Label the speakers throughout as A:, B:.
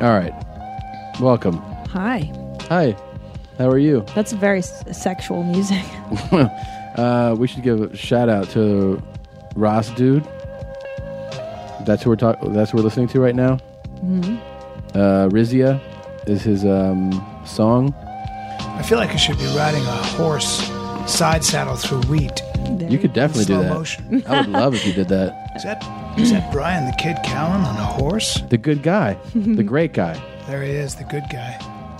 A: All right. Welcome.
B: Hi.
A: Hi. How are you?
B: That's very s- sexual music.
A: Uh, we should give a shout out to Ross Dude. That's who we're talking. That's who we're listening to right now. Uh, Rizia is his um, song.
C: I feel like I should be riding a horse side saddle through wheat.
B: There
A: You could definitely do
C: Slow
A: that.
C: motion.
A: I would love if you did that.
C: Is that is that Brian the Kid Callan on a horse?
A: The good guy, the great guy.
C: There he is, the good guy,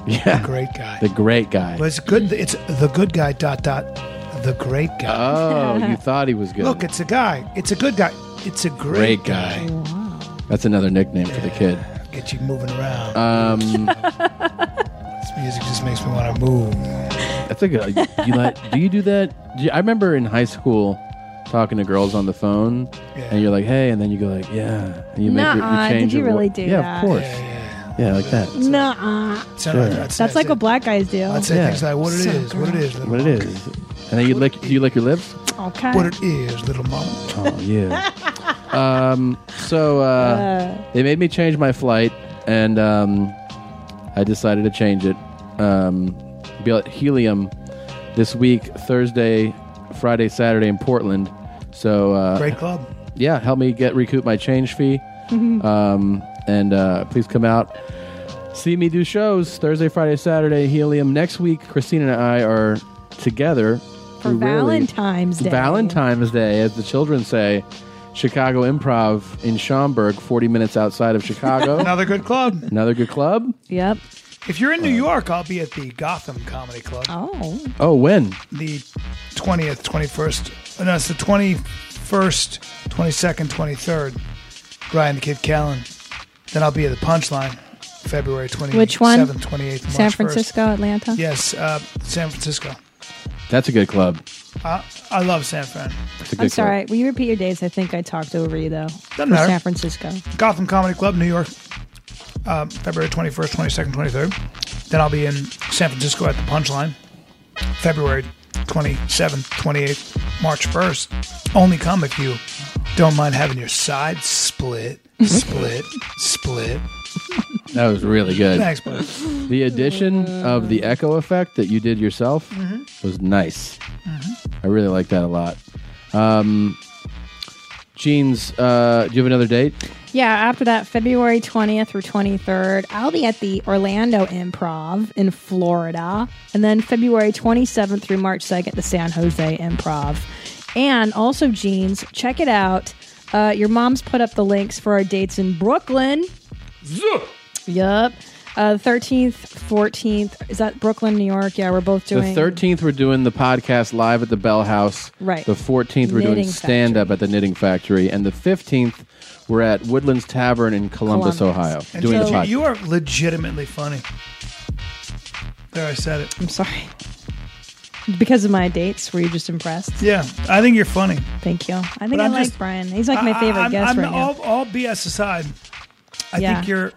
A: Yeah,
C: great guy.
A: the great guy.
C: But it's good. It's the good guy. Dot dot. The great guy.
A: Oh, you thought he was good.
C: Look, it's a guy. It's a good guy. It's a great,
A: great guy. That's another nickname for the kid.
C: Get you moving around.
A: Um,
C: this music just makes me want to move.
A: That's like a good. uh, You like, do you do that? Do you- I remember in high school talking to girls on the phone,
C: Yeah.
A: and you're like, "Hey," and then you go like, "Yeah," and you make your,
B: Nuh-uh,
A: you change
B: did you
A: your vo-
B: really do
A: Yeah,
B: that?
A: of course. Yeah,
C: Yeah,
A: like that.
B: Nuh-uh.
C: yeah. So I'd- I'd say-
B: That's like what black guys do.
C: I'd say
A: Yeah.
C: things like what it is,
B: So
C: what it is, little
A: What it
C: mama.
A: is? And then you lick. Do you lick your lips?
B: Okay.
C: what it is, little mama.
A: Oh yeah. um. So uh, they made me change my flight, and um, I decided to change it. Um, be at Helium this week, Thursday, Friday, Saturday in Portland. So uh,
C: Great club.
A: yeah, help me get recoup my change fee.
B: Mm-hmm.
A: um, and uh, please come out. See me do shows Thursday, Friday, Saturday, Helium. Next week, Christina and I are together
B: For
A: We really-
B: Valentine's Day.
A: Valentine's Day, as the children say. Chicago Improv in Schaumburg, 40 minutes outside of Chicago.
C: Another good club.
A: Another good club.
B: Yep.
C: If you're in New York, I'll be at the Gotham Comedy Club.
B: Oh.
A: Oh, when?
C: the 20th, 21st. No, it's the 21st, 22nd, 23rd. Brian the Kid Callen. Then I'll be at the Punchline February 27th,
B: Which one?
C: 28th, March
B: San
C: 1st.
B: Francisco, Atlanta.
C: Yes, uh, San Francisco.
A: That's a good club.
C: I, I love San Fran.
A: That's a good
B: I'm sorry. Will you repeat your dates? I think I talked over you though. For
C: matter.
B: San Francisco.
C: Gotham Comedy Club, New York, um, February 21st, 22nd, 23rd. Then I'll be in San Francisco at the Punchline, February 27th, 28th, March 1st. Only come if you don't mind having your side split, split,
A: club.
C: split.
A: That was really good.
C: Thanks, bud.
A: The addition of the echo effect that you did yourself
B: Mm-hmm.
A: was nice. I really like that a lot. Um, Jeans, uh, do you have another date?
B: Yeah, after that, February 20th through 23rd, I'll be at the Orlando Improv in Florida. And then February 27th through March 2nd, the San Jose Improv. And also, Jeans, check it out. Uh, your mom's put up the links for our dates in Brooklyn. Yup. Uh, 13th, 14th. Is that Brooklyn, New York? Yeah, we're both
A: The
B: doing.
A: 13th, we're doing the podcast live at the Bell House.
B: Right.
A: The 14th, we're doing
B: Knitting
A: stand up
B: Factory.
A: at the Knitting Factory. And the 15th, we're at Woodlands Tavern in Columbus,
B: Columbus.
A: Ohio,
C: And
A: doing
C: you-
A: the podcast.
C: you are legitimately funny. There, I said it.
B: I'm sorry. Because of my dates, were you just impressed?
C: Yeah, I think you're funny.
B: Thank you. I think
C: But
B: I
C: I'm
B: like
C: just-
B: Brian. He's like my
C: I-
B: favorite
C: I'm-
B: guest
C: I'm
B: right now.
C: all, all BS aside, I
B: Yeah.
C: think you're.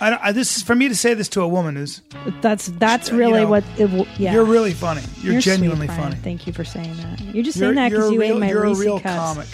C: I, don't- I, this is for me to say this to a woman is
B: That's that's
C: You
B: really
C: know,
B: what it will. Yeah,
C: you're really funny. You're,
B: You're sweet,
C: genuinely
B: Brian.
C: funny.
B: Thank you for saying that. You're just
C: You're,
B: saying that
C: you're
B: because
C: a
B: you
C: real,
B: ate my
C: you're a
B: Reese
C: real
B: cups.
C: comic.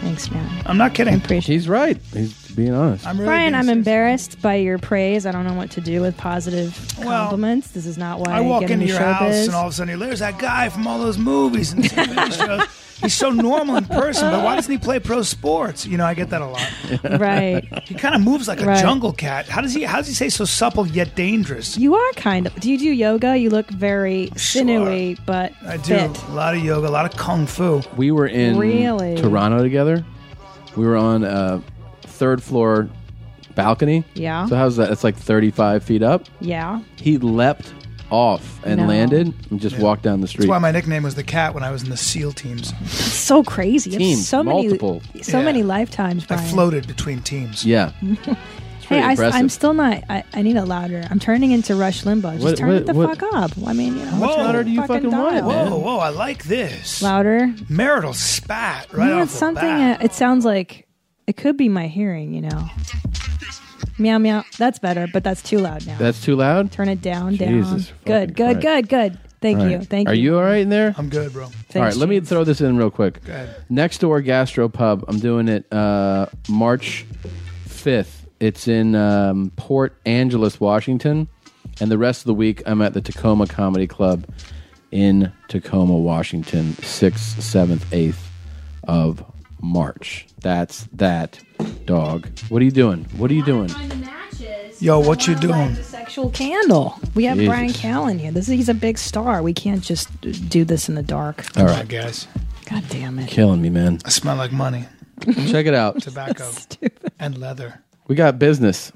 B: Thanks, man.
C: I'm not kidding.
B: I appreciate.
A: He's right. He's being honest.
C: I'm really
B: Brian,
C: being
B: I'm
C: serious.
B: embarrassed by your praise. I don't know what to do with positive
C: Well,
B: compliments. This is not why
C: I walk
B: get
C: into your
B: showbiz.
C: house and all of a sudden you're, there's that guy from all those movies and TV shows. He's so normal in person, but why doesn't he play pro sports? You know, I get that a lot.
B: right.
C: He kind of moves like a
B: Right.
C: jungle cat. How does he? How does he say so supple yet dangerous?
B: You are kind of. Do you do yoga? You look very sinewy, but
C: I do
B: fit.
C: a lot of yoga, a lot of kung fu.
A: We were in
B: Really?
A: Toronto together. We were on a third floor balcony.
B: Yeah.
A: So, how's that? It's like 35 feet up.
B: Yeah.
A: He leapt off and
B: No.
A: landed and just walked down the street.
C: That's why my nickname was the cat when I was in the SEAL teams.
B: It's so crazy. You have
A: Teams,
B: so
A: multiple.
B: many, so
C: Yeah.
B: many lifetimes,
C: I
B: Brian.
C: floated between teams.
A: yeah.
B: Hey,
A: pretty
B: I,
A: impressive.
B: am still not. I, I need it louder. I'm turning into Rush Limbaugh. Just
A: What-
B: turn
A: what-
B: it the
A: what-
B: fuck up. I mean, you know,
C: What's
B: turn
C: louder
B: it
A: do you fucking want,
B: dial.
A: man?
C: Whoa, whoa! I like this
B: Louder.
C: marital spat right
B: You know,
C: off
B: it's
C: the
B: something.
C: bat.
B: uh it sounds like it could be my hearing. You know, meow meow. That's better, but that's too loud now.
A: That's too loud?
B: turn it down,
A: Jesus
B: down.
A: fucking
B: Good,
A: Christ.
B: good, good, good. Thank you,
A: Right.
B: thank
A: Are
B: you.
A: you all right in there?
C: I'm good, bro.
B: Thanks,
A: All right, let me
B: James.
A: throw this in real quick.
C: ahead.
A: Next door gastro pub. I'm doing it uh, March 5th. It's in um, Port Angeles, Washington, and the rest of the week I'm at the Tacoma Comedy Club in Tacoma, Washington, sixth, seventh, eighth of March. That's that dog. What are you doing? What are you doing?
C: Yo, what you doing?
B: It's a sexual candle. We have
A: Jesus.
B: Brian Callen here. This he's a big star. We can't just do this in the dark.
A: All
C: All right,
A: right,
C: guys.
B: God damn it.
A: killing me, man.
C: I smell like money,
A: Check it out.
C: tobacco, and leather.
A: We got business.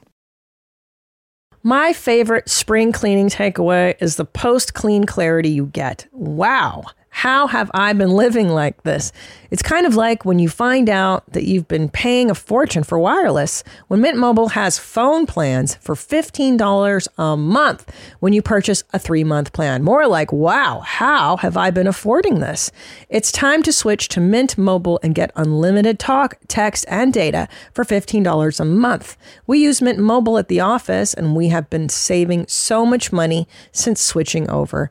D: My favorite spring cleaning takeaway is the post clean clarity you get. Wow. How have I been living like this? It's kind of like when you find out that you've been paying a fortune for wireless when Mint Mobile has phone plans for $15 a month when you purchase a three month plan. More like, wow, how have I been affording this? It's time to switch to Mint Mobile and get unlimited talk, text, and data for $15 a month. We use Mint Mobile at the office and we have been saving so much money since switching over.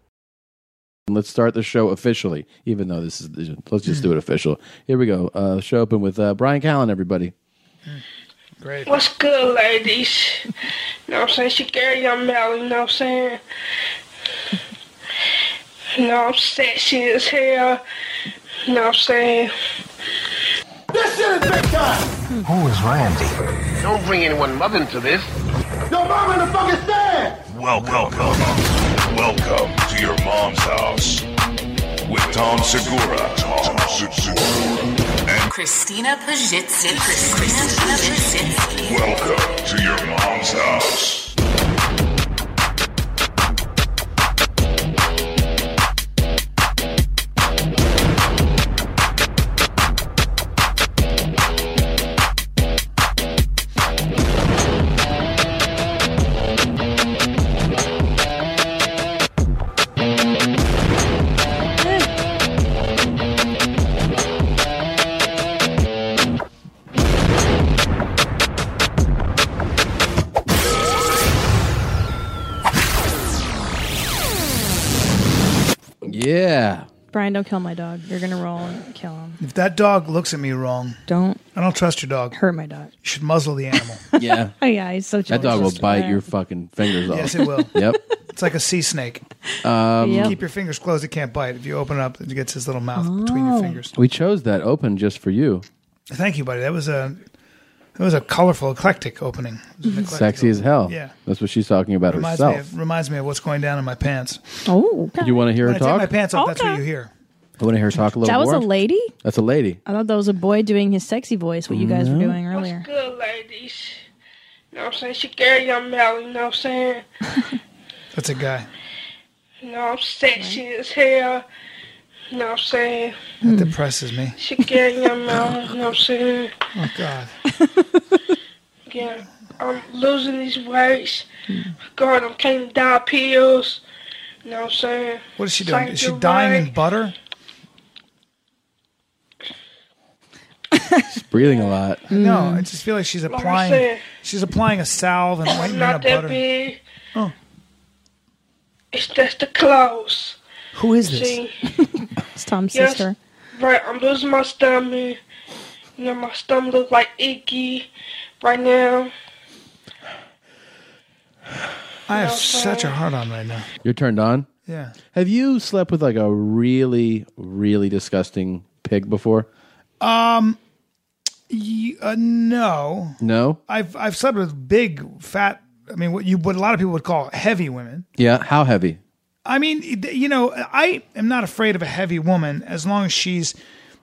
A: And let's start the show officially, even though this is, let's just do it official. Here we go. Uh, show open with uh, Brian Callen, everybody.
C: Great.
E: What's good, ladies? You know what I'm saying? It's your girl, Young Mel, you know what I'm saying? You know I'm sexy as hell. You know what I'm saying?
F: This shit is big time.
G: Who is Randy?
H: Don't bring anyone mother into this.
F: Your mom in the fucking stand.
I: Welcome. Welcome to your mom's house with Tom Segura. Tom Segura. And
J: Christina Pajitsky. Christina Pajitsky.
I: welcome to your mom's house.
A: Yeah.
B: Brian, don't kill my dog. You're gonna roll and kill him.
C: If that dog looks at me wrong,
B: Don't
C: I don't trust your dog. You
B: hurt my dog.
C: should muzzle the animal.
A: Yeah.
B: Oh yeah, he's so
A: That dog will bite your fucking fingers off.
C: yes, it will.
A: Yep.
C: It's like a sea snake.
B: Um, yep.
C: Keep your fingers closed; it can't bite. If you open it up, it gets his little mouth between
A: Oh.
C: your fingers.
A: We chose that open just for you.
C: Thank you, buddy. That was a that was a colorful, eclectic opening. It was an eclectic
A: Sexy as hell.
C: Yeah.
A: That's what she's talking about
C: Reminds me,
A: herself.
C: of, reminds me of what's going down in my pants.
B: Oh, okay.
A: you want to hear
C: When
A: her
C: I take my
A: talk?
C: pants off, that's what
B: Okay.
C: you hear.
A: I want to hear her talk a little
B: that was
A: more.
B: a lady.
A: That's a lady.
B: I thought that was a boy doing his sexy voice. What you guys were doing earlier.
E: What's good, ladies? You know what I'm saying? It's your girl, Young Mel, you know what I'm saying?
C: That's a guy.
E: You know I'm sexy as hell. You know what I'm saying?
A: Hmm.
C: That depresses me.
E: It's your girl, Young Mel, you know what I'm saying?
C: Oh God.
E: Yeah, I'm losing these weights. God, I'm taking down pills. You know what I'm saying?
C: What is she doing?
E: Thank
C: Is she
E: you,
C: dying in
E: Mike.
C: butter?
A: She's breathing a lot.
C: No, I just feel like she's
E: I
C: applying.
E: said-
C: she's applying a salve and
E: I'm
C: ointment
E: not
C: of
E: that
C: butter.
E: big.
C: Oh.
E: It's just the clothes.
C: Who is this?
E: See,
B: It's Tom's
E: Yes.
B: sister.
E: right, I'm losing my stomach. You know, my stomach looks like icky right now.
C: I have such a hard on right now.
A: You're turned on.
C: Yeah.
A: Have you slept with like a really, really disgusting pig before?
C: Y- uh, no,
A: No.
C: I've I've slept with big, fat. I mean, what you what a lot of people would call heavy women.
A: Yeah. How heavy?
C: I mean, you know, I am not afraid of a heavy woman as long as she's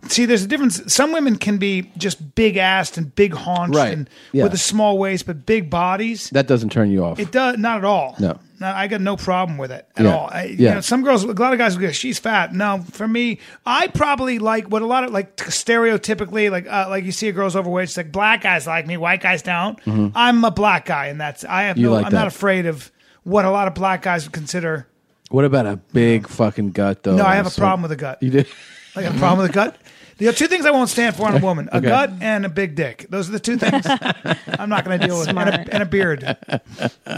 C: See, there's a difference. Some women can be just big assed and big haunched
J: Right.
C: and
J: Yeah.
C: with a small waist, but big bodies.
J: That doesn't turn you off.
C: It does not at all.
J: No.
C: I got no problem with it at
J: Yeah.
C: all. I, You
J: Yeah.
C: know, some girls, a lot of guys will go, "She's fat." No, for me, I probably like what a lot of like t- stereotypically, like uh, like you see a girl's overweight. It's like black guys like me, white guys don't. I'm a black guy, and that's I have
J: Mm-hmm. You
C: no.
J: like
C: I'm not
J: that.
C: afraid of what a lot of black guys would consider.
J: what about a big fucking gut though?
C: No, I have a
J: Oh, So-
C: problem with a gut.
J: You did.
C: I got a problem with a gut. The two things I won't stand for on a woman: a
J: Okay.
C: gut and a big dick. Those are the two things I'm not going to deal with, and
B: Smart.
C: a, and a beard.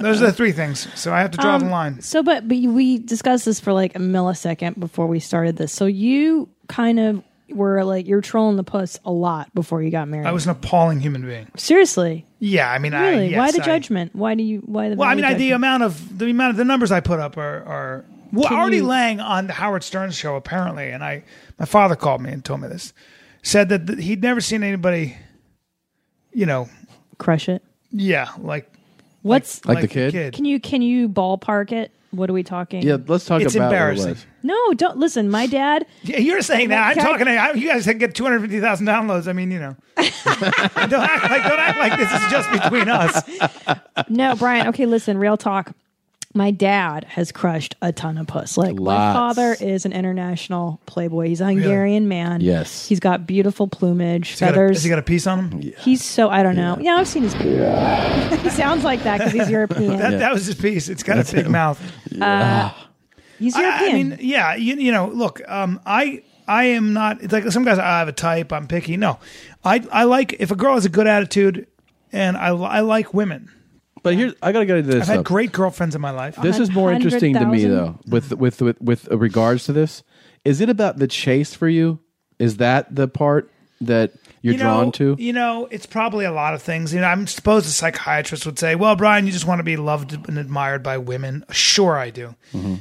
C: Those are the three things. So I have to draw the line.
B: So, but, but we discussed this for like a millisecond before we started this. So you kind of were like you're trolling the puss a lot before you got married.
C: I was an appalling human being.
B: seriously,
C: Yeah, I mean, I,
B: really.
C: yes,
B: why the
C: I-
B: judgment? Why do you? Why the?
C: Well, I mean, I, the
B: judgment?
C: amount of the amount of the numbers I put up are are well,
B: Can
C: already
B: you-
C: laying on the Howard Stern show apparently, and I my father called me and told me this, said that th- he'd never seen anybody, you know,
B: crush it.
C: yeah, like
B: What's
J: Like the kid?
B: can you can you ballpark it? What are we talking?
J: Yeah, let's talk
C: It's
J: about what it
C: embarrassing.
J: was.
B: No, don't listen. My dad.
C: Yeah, you're saying that. I'm
B: Can I-
C: talking. to- I, you guys get 250,000 downloads. I mean, you know, don't act like don't act like this is just between us.
B: No, Brian. Okay, listen. Real talk. My dad has crushed a ton of puss. Like my
J: Lots.
B: father is an international playboy. He's a Hungarian man.
J: Yes.
B: he's got beautiful plumage,
C: Got a,
B: feathers.
C: has he got a piece on him?
B: He's so I don't know. Yeah, I've seen his. he sounds like that because he's European.
C: That, that was his piece. It's got a big mouth.
B: he's
C: I-
B: European.
C: I mean, yeah, you, you know, look, um, I I am not it's like some guys. "Ah, I have a type. I'm picky. No, I I like if a girl has a good attitude, and I li- I like women.
J: But here, I gotta go to this.
C: I've had
J: though.
C: great girlfriends in my life.
J: This is more interesting to me
B: 100,000?
J: though. With with with with regards to this, is it about the chase for you? Is that the part that you're
C: You know,
J: drawn to?
C: You know, it's probably a lot of things. You know, I'm supposed a psychiatrist would say, "Well, Brian, you just want to be loved and admired by women." Sure, I do,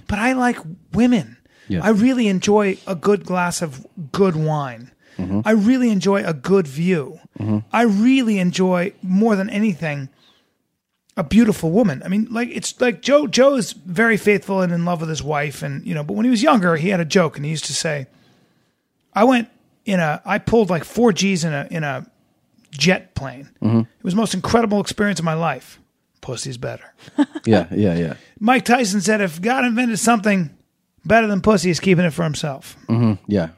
C: but I like women.
J: Yeah.
C: I really enjoy a good glass of good wine. I really enjoy a good view. I really enjoy more than anything a beautiful woman. I mean, like it's like Joe. Joe is very faithful and in love with his wife, and you know. But when he was younger, he had a joke, and he used to say, "I went in a, I pulled like four G's in a in a jet plane. It was the most incredible experience of my life. Pussy's better."
J: yeah, yeah, yeah.
C: Mike Tyson said, "If God invented something better than pussy, he's keeping it for himself."
J: Yeah.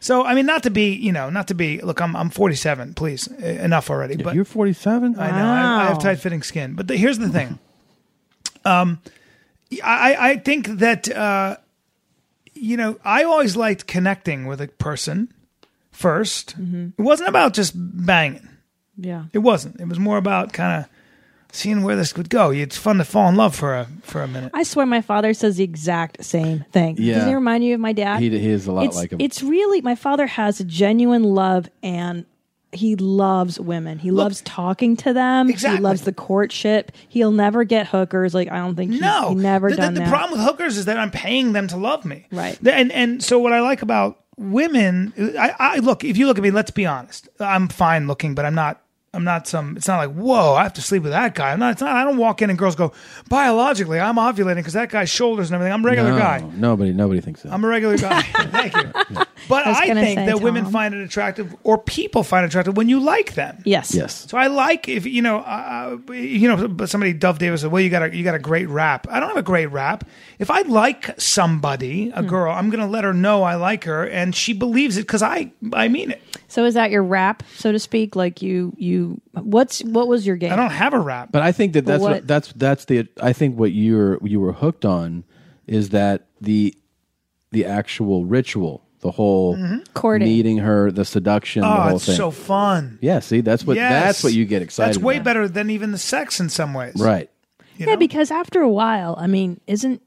C: So, I mean, not to be, you know, not to be. Look, I'm I'm 47. Please, e- enough already. but
J: you're 47?
C: I know. I, I have
B: Wow.
C: tight fitting skin. But the, here's the thing. Um, I I- I think that uh, you know I always liked connecting with a person 1st It wasn't about just banging.
B: yeah,
C: It wasn't. It was more about kind of seeing where this would go. It's fun to fall in love for a for a minute.
B: I swear my father says the exact same thing.
J: Yeah.
B: Does he remind you of my dad?
J: He, he is a lot
B: it's,
J: like him.
B: It's really my father has a genuine love and he loves women. He loves talking to them.
C: Exactly.
B: He loves the courtship. He'll never get hookers. Like I don't think he's,
C: No,
B: he never
C: the, the-
B: done
C: the
B: that.
C: problem with hookers is that I'm paying them to love me.
B: Right.
C: The- And and so what I like about women, I, I look. If you look at me, let's be honest. I'm fine looking, but I'm not. I'm not some. It's not like whoa. I have to sleep with that guy. I'm not. It's not. I don't walk in and girls go biologically. I'm ovulating because that guy's shoulders and everything. I'm a regular
J: no,
C: guy.
J: Nobody, nobody thinks so.
C: I'm a regular guy. Thank you. But
B: was
C: I,
B: gonna
C: think
B: say,
C: that women
B: Tom.
C: find it attractive, or people find it attractive when you like them.
B: yes.
J: yes.
C: So I like if you know, uh, you know, but somebody Dove Davis said, "Well, you got a you got a great rap." I don't have a great rap. If I like somebody, a girl, I'm going to let her know I like her, and she believes it because I I mean it.
B: So is that your rap, so to speak? Like you, you. What's what was your game?
C: I don't have a rap.
J: But I think that that's what,
B: what-
J: that's that's the I think what you're you were hooked on is that the the actual ritual, the whole
C: Mm-hmm.
B: Courting.
J: needing her, the seduction, the
C: oh,
J: whole
C: it's
J: thing.
C: so fun.
J: yeah, see, that's what
C: Yes.
J: that's what you get excited.
C: That's way
J: about.
C: better than even the sex in some ways.
J: Right.
B: yeah, because after a while, I mean, isn't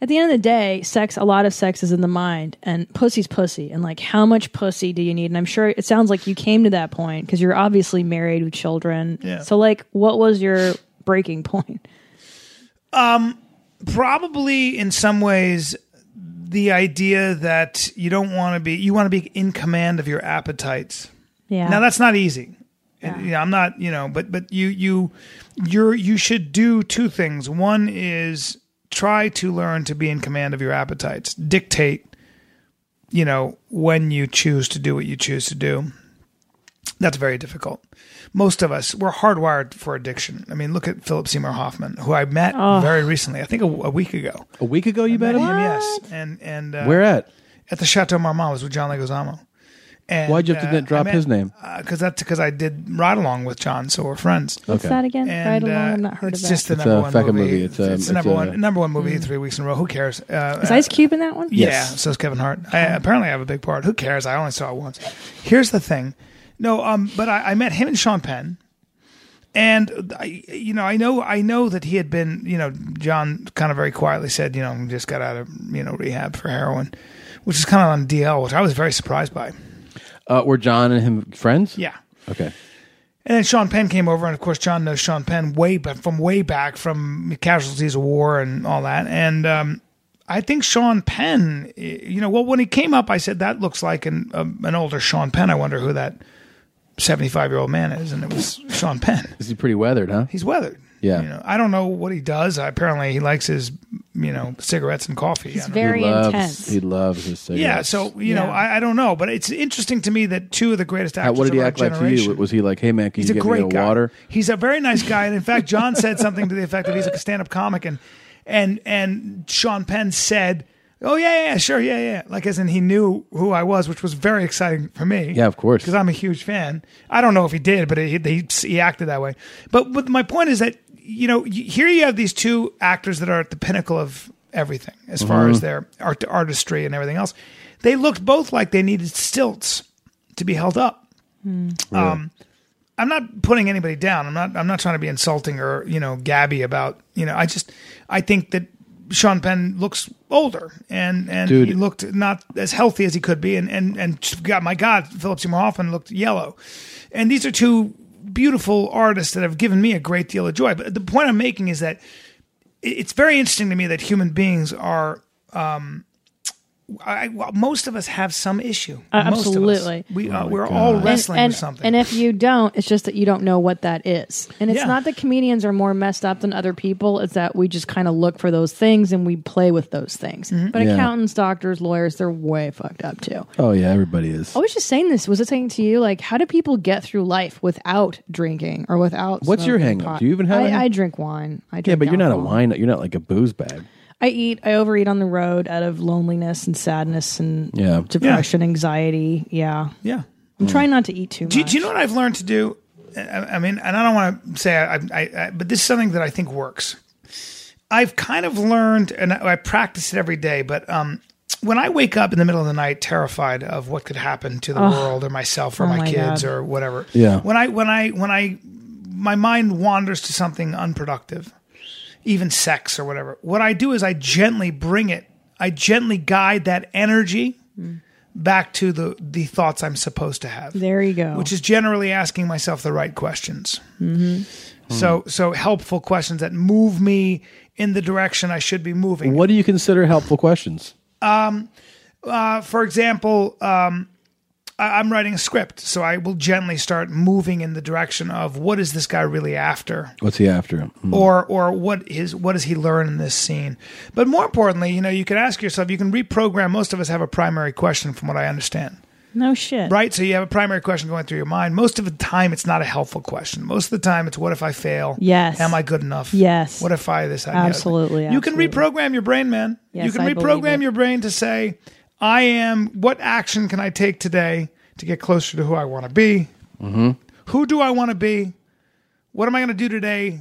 B: at the end of the day, sex? A lot of sex is in the mind, and pussy's pussy, and like, how much pussy do you need? And I'm sure it sounds like you came to that point because you're obviously married with children.
C: Yeah.
B: So, like, what was your breaking point?
C: Probably in some ways, the idea that you don't want to be you want to be in command of your appetites.
B: Yeah.
C: Now that's not easy. And, you know, I'm not, you know, but but you you you're you should do two things. One is try to learn to be in command of your appetites, dictate you know, when you choose to do what you choose to do, that's very difficult. Most of us, we're hardwired for addiction. I mean, look at Philip Seymour Hoffman, who I met very recently, I think a, a week ago.
J: A week ago, you met
C: Met him,
J: him.
C: yes. And, and uh,
J: Where at?
C: at the Chateau Marmont I was with John Leguizamo. And,
J: Why'd you have to
C: uh,
J: then drop
C: I met- uh,
J: his name?
C: Because that's because I did ride along with John, so we're friends.
B: What's that again? right
C: And,
B: along.
C: uh,
B: I'm not heard
C: it's
B: of
C: just
B: that.
C: the
J: Oh. It's
C: number
J: a
C: one
J: fucking
C: movie.
J: movie. It's,
C: It's,
J: um,
C: it's the
J: it's
C: number
J: a-
C: one number one movie three weeks in a row. Who cares? Uh,
B: Is Ice Cube in that one?
C: yeah, so is Kevin Hart. I, apparently, I have a big part. Who cares? I only saw it once. Here's the thing. No, um, but I, I met him and Sean Penn, and I, you know, I know, I know that he had been, you know, John kind of very quietly said, you know, just got out of, you know, rehab for heroin, which is kind of on DL, which I was very surprised by.
J: Uh, were John and him friends?
C: Yeah.
J: Okay.
C: And then Sean Penn came over, and of course John knows Sean Penn way back from way back from casualties of war and all that. And um, I think Sean Penn, eh, you know, well when he came up, I said that looks like an um, an older Sean Penn. I wonder who that seventy five year old man is, and it was Sean Penn.
J: Is he pretty weathered, huh?
C: He's weathered.
J: Yeah.
C: you know, I don't know what he does. apparently, he likes his you know cigarettes and coffee. I
B: He's
C: don't
B: very
J: he loves,
B: intense.
J: He loves his cigarettes.
C: yeah, so you know,
B: Yeah.
C: I, I don't know, but it's interesting to me that two of the greatest
J: How,
C: actors
J: what did
C: of
J: he
C: our
J: act like to
C: generation-
J: you? Was he like, "Hey man, can
C: He's
J: you
C: a
J: get me
C: great
J: a
C: guy.
J: water?"
C: He's a very nice guy, and in fact, John said something to the effect that he's like a stand-up comic, and and and Sean Penn said, "Oh yeah, yeah, sure, yeah, yeah," like as in he knew who I was, which was very exciting for me.
J: Yeah, of course.
C: because I'm a huge fan. I don't know if he did, but he he, he acted that way. But but my point is that you know y- here you have these two actors that are at the pinnacle of everything as far
J: Mm-hmm.
C: as their art artistry and everything else. They looked both like they needed stilts to be held up. Um, I'm not putting anybody down. I'm not. I'm not trying to be insulting or you know gabby about you know. I just I think that Sean Penn looks older and and
J: Dude.
C: he looked not as healthy as he could be and and and God my God Philip Seymour Hoffman looked yellow, and these are two beautiful artists that have given me a great deal of joy. But the point I'm making is that it- it's very interesting to me that human beings are. Um, I, well, most of us have some issue.
B: Uh,
C: Most of us.
B: absolutely.
C: we uh, we're all wrestling
B: and,
C: with something.
B: and if you don't, it's just that you don't know what that is. And it's
C: Yeah.
B: not that comedians are more messed up than other people, it's that we just kind of look for those things and we play with those things.
C: Mm-hmm.
B: But
J: Yeah.
B: accountants, doctors, lawyers, they're way fucked up too.
J: Oh yeah, everybody is.
B: I was just saying this. Was I saying to you, like, how do people get through life without drinking or without?
J: What's your
B: smoking
J: hang-up?
B: pot?
J: Do you even have
B: I,
J: any?
B: I drink wine. I drink
J: yeah, but you're not a
B: alcohol.
J: wine. You're not like a booze bag.
B: I eat. I overeat on the road out of loneliness and sadness and
J: Yeah. Hmm.
B: depression, anxiety. Yeah,
C: yeah.
B: I'm trying not to eat too much.
C: Do, do you know what I've learned to do? I, I mean, and I don't want to say, I, I, I, but this is something that I think works. I've kind of learned, and I, I practice it every day. But um, when I wake up in the middle of the night, terrified of what could happen to the world or myself or my,
B: Oh my
C: kids
B: God.
C: or whatever.
J: Yeah.
C: When I when I when I my mind wanders to something unproductive, even sex or whatever. What I do is I gently bring it. I gently guide that energy back to the the thoughts I'm supposed to have
B: Mm. There you go.
C: which is generally asking myself the right questions. So, so helpful questions that move me in the direction I should be moving.
J: What do you consider helpful questions?
C: For example, um, I, I'm writing a script, so I will gently start moving in the direction of what is this guy really after,
J: What's he after? Mm.
C: or or what is what does he learn in this scene. But more importantly, you know, you can ask yourself, you can reprogram. Most of us have a primary question, from what I understand.
B: no shit.
C: Right, so you have a primary question going through your mind. Most of the time, it's not a helpful question. Most of the time, it's what if I fail?
B: Yes.
C: Am I good enough?
B: Yes.
C: What if I this? that, and the other thing?
B: Absolutely,
C: You can
B: absolutely.
C: reprogram your brain, man.
B: Yes,
C: you can
B: I believe
C: reprogram
B: it.
C: your brain to say, "I am. What action can I take today to get closer to who I want to be? Who do I want to be? What am I going to do today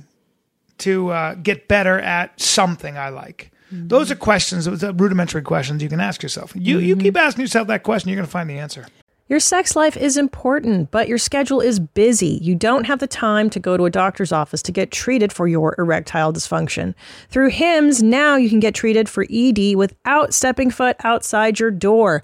C: to uh, get better at something I like?"
B: Mm-hmm.
C: Those are questions, those are rudimentary questions you can ask yourself. You you
B: Mm-hmm.
C: keep asking yourself that question, you're going to find the answer.
D: Your sex life is important, but your schedule is busy. You don't have the time to go to a doctor's office to get treated for your erectile dysfunction. Through HIMS, now you can get treated for ED without stepping foot outside your door.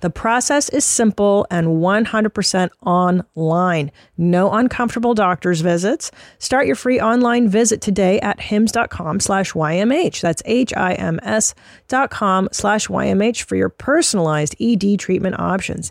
D: The process is simple and 100% online. No uncomfortable doctor's visits. Start your free online visit today at hims.com slash YMH. That's H-I-M-S dot com slash YMH for your personalized E ED treatment options.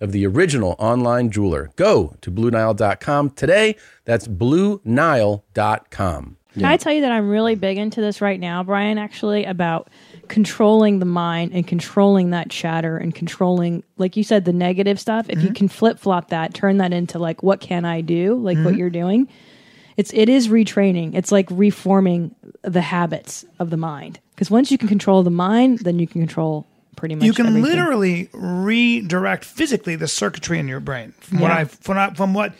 A: of the original online jeweler. Go to BlueNile.com today. That's BlueNile.com.
B: Can I tell you that I'm really big into this right now, Brian, actually, about controlling the mind and controlling that chatter and controlling, like you said, the negative stuff. If you
C: Mm-hmm.
B: can flip flop that, turn that into like, what can I do? Like
C: Mm-hmm.
B: what you're doing. It's, it is retraining. It's like reforming the habits of the mind. Because once you can control the mind, then you can control pretty much
C: You can
B: everything.
C: literally redirect physically the circuitry in your brain. From what
B: Yeah.
C: I from, what- from what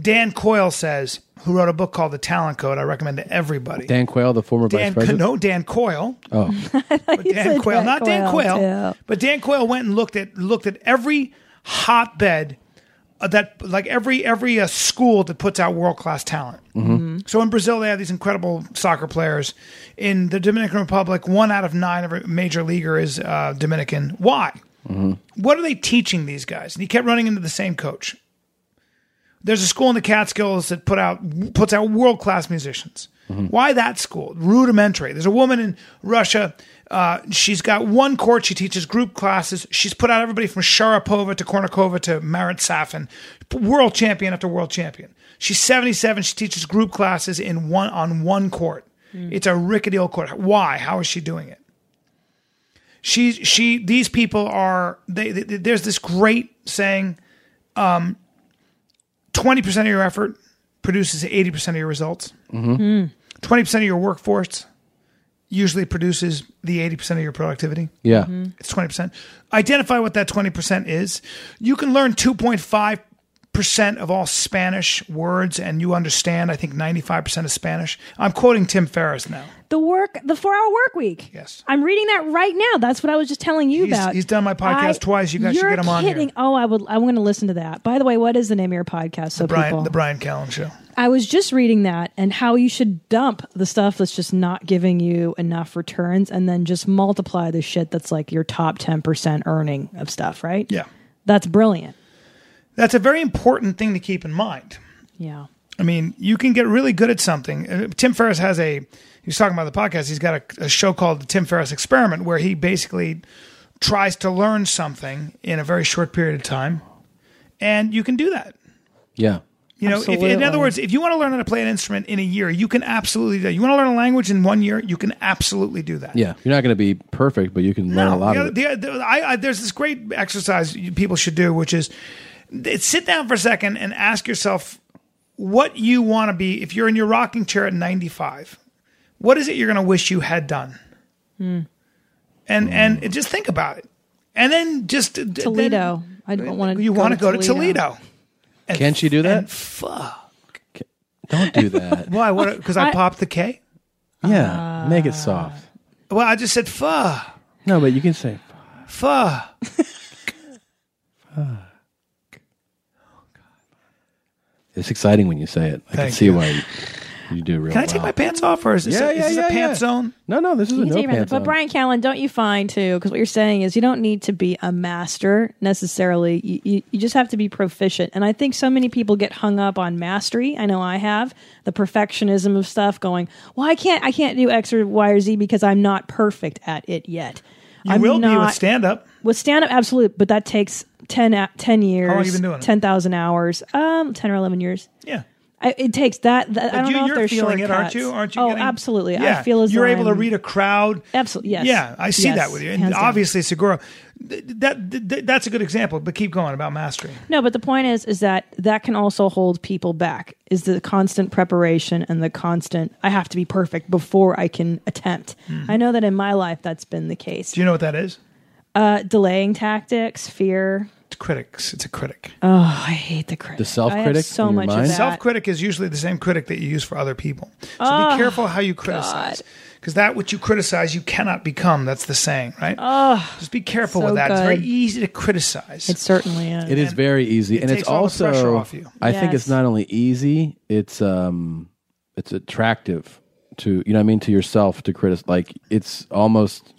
C: Dan Coyle says, who wrote a book called The Talent Code, I recommend to everybody.
J: Dan Quayle, the former
C: Dan,
J: vice president.
C: no, Dan Coyle.
J: Oh.
C: but Dan
B: said
C: Quayle,
B: Dan
C: not Dan
B: Quayle,
C: Quayle, but Dan Quayle went and looked at looked at every hotbed uh, that like every every uh, school that puts out world class talent.
J: Mm-hmm.
C: Mm-hmm. So in Brazil, they have these incredible soccer players. In the Dominican Republic, one out of nine of a major leaguer is uh, Dominican. Why?
J: Mm-hmm.
C: What are they teaching these guys? And he kept running into the same coach. There's a school in the Catskills that put out puts out world class musicians. Why that school? Rudimentary. There's a woman in Russia. Uh, she's got one court. She teaches group classes. She's put out everybody from Sharapova to Kornikova to Marit Safin, world champion after world champion. She's 77. She teaches group classes in one on one court. It's a rickety old court. Why? How is she doing it? She she. These people are. They, they, there's this great saying twenty percent of your effort produces eighty percent of your results. 20 percent of your workforce usually produces the eighty percent of your productivity.
J: Yeah.
C: It's twenty percent. Identify what that twenty percent is. You can learn two point five percent of all Spanish words, and you understand. I think ninety five percent of Spanish. I'm quoting Tim Ferriss now.
B: the work, the four hour work week.
C: Yes.
B: I'm reading that right now. That's what I was just telling you
C: He's-
B: about.
C: he's done my podcast twice. You guys should
B: you're
C: get him on here.
B: kidding. Oh, I would. I'm going to listen to that. By the way, what is the name of your podcast? So
C: Brian,
B: people,
C: the Brian Callen show.
B: I was just reading that and how you should dump the stuff that's just not giving you enough returns, and then just multiply the shit that's like your top ten percent earning of stuff. Right?
C: Yeah,
B: That's brilliant.
C: that's a very important thing to keep in mind.
B: Yeah.
C: I mean, you can get really good at something. Uh, Tim Ferriss has a, he's talking about the podcast, he's got a, a show called The Tim Ferriss Experiment where he basically tries to learn something in a very short period of time. And you can do that.
J: Yeah.
C: You know, if, in other
B: Absolutely.
C: words, if you want to learn how to play an instrument in a year, you can absolutely do that. You want to learn a language in one year, you can absolutely do that.
J: Yeah. You're not going to be perfect, but you can learn a lot
C: The
J: of
C: other-
J: it.
C: the other- I- I- there's this great exercise you- people should do, which is th- sit down for a second and ask yourself what you want to be if you're in your rocking chair at 95. What is it you're going to wish you had done?
J: Hmm.
C: And and just think about it, and then just d- d-
B: Toledo.
C: then
B: I don't want to.
C: you want to go to Toledo? And
J: Can't she do that?
C: Fuck.
J: Don't do that.
C: Why? What? Because I,
B: I-
C: popped the K.
J: yeah. Make it soft.
C: Well, I just said fuck.
J: No, but you can say,
C: Fuck.
J: Oh, It's exciting when you say it. I can
C: Thank
J: see
C: you.
J: why you, you do real
C: Can I take
J: well.
C: my pants off, or is this,
J: Yeah,
C: a, is
J: yeah,
C: this
J: yeah,
C: a pants
J: yeah.
C: zone?
J: No, no, this is
B: You
J: a
B: can
J: no
B: take your
J: pants
B: But
J: on.
B: Brian Callen, don't you find too? Because what you're saying is you don't need to be a master necessarily. You, you, you just have to be proficient. And I think so many people get hung up on mastery. I know I have the perfectionism of stuff. Going, well, I can't, I can't do X or Y or Z because I'm not perfect at it yet.
C: You
B: I'm
C: will be with
B: not-
C: stand up.
B: with stand up, absolute, but that takes 10, a- 10 years.
C: long you been doing it?
B: 10,000 hours. Um, 10 or 11 years.
C: Yeah.
B: I, it takes that. that I
C: But
B: don't
C: you,
B: know if
C: you're
B: there's
C: feeling
B: shortcuts.
C: it, aren't you? Aren't you?
B: Oh,
C: getting-
B: absolutely.
C: Yeah.
B: I feel as
C: you're
B: though
C: able to
B: I'm-
C: read a crowd.
B: Absolutely. Yes.
C: Yeah, I see
B: Yes,
C: that with you. And
B: hands down.
C: obviously, Segura, th- that, th- that's a good example. But keep going about mastery.
B: No, but the point is, is that that can also hold people back. Is the constant preparation and the constant I have to be perfect before I can attempt. I know that in my life that's been the case.
C: Mm-hmm. Do you know what that is?
B: Uh, delaying tactics, fear.
C: It's critics. It's a critic.
B: Oh, I hate the critic.
J: The self
B: I
J: critic
B: have so
J: in your
B: much of
J: mind?
B: that.
C: Self critic is usually the same critic that you use for other people. So
B: Oh,
C: be careful how you criticize. Because that which you criticize, you cannot become. That's the saying, right? Just be careful
B: Oh, so
C: with that. It's
B: good.
C: very easy to criticize.
B: it certainly is.
J: It is very easy, and
C: takes
J: it's
C: all the
J: also.
C: pressure off you.
J: I think it's
B: Yes.
J: not only easy; it's um, it's attractive to you know. What I mean, to yourself to criticize. Like it's almost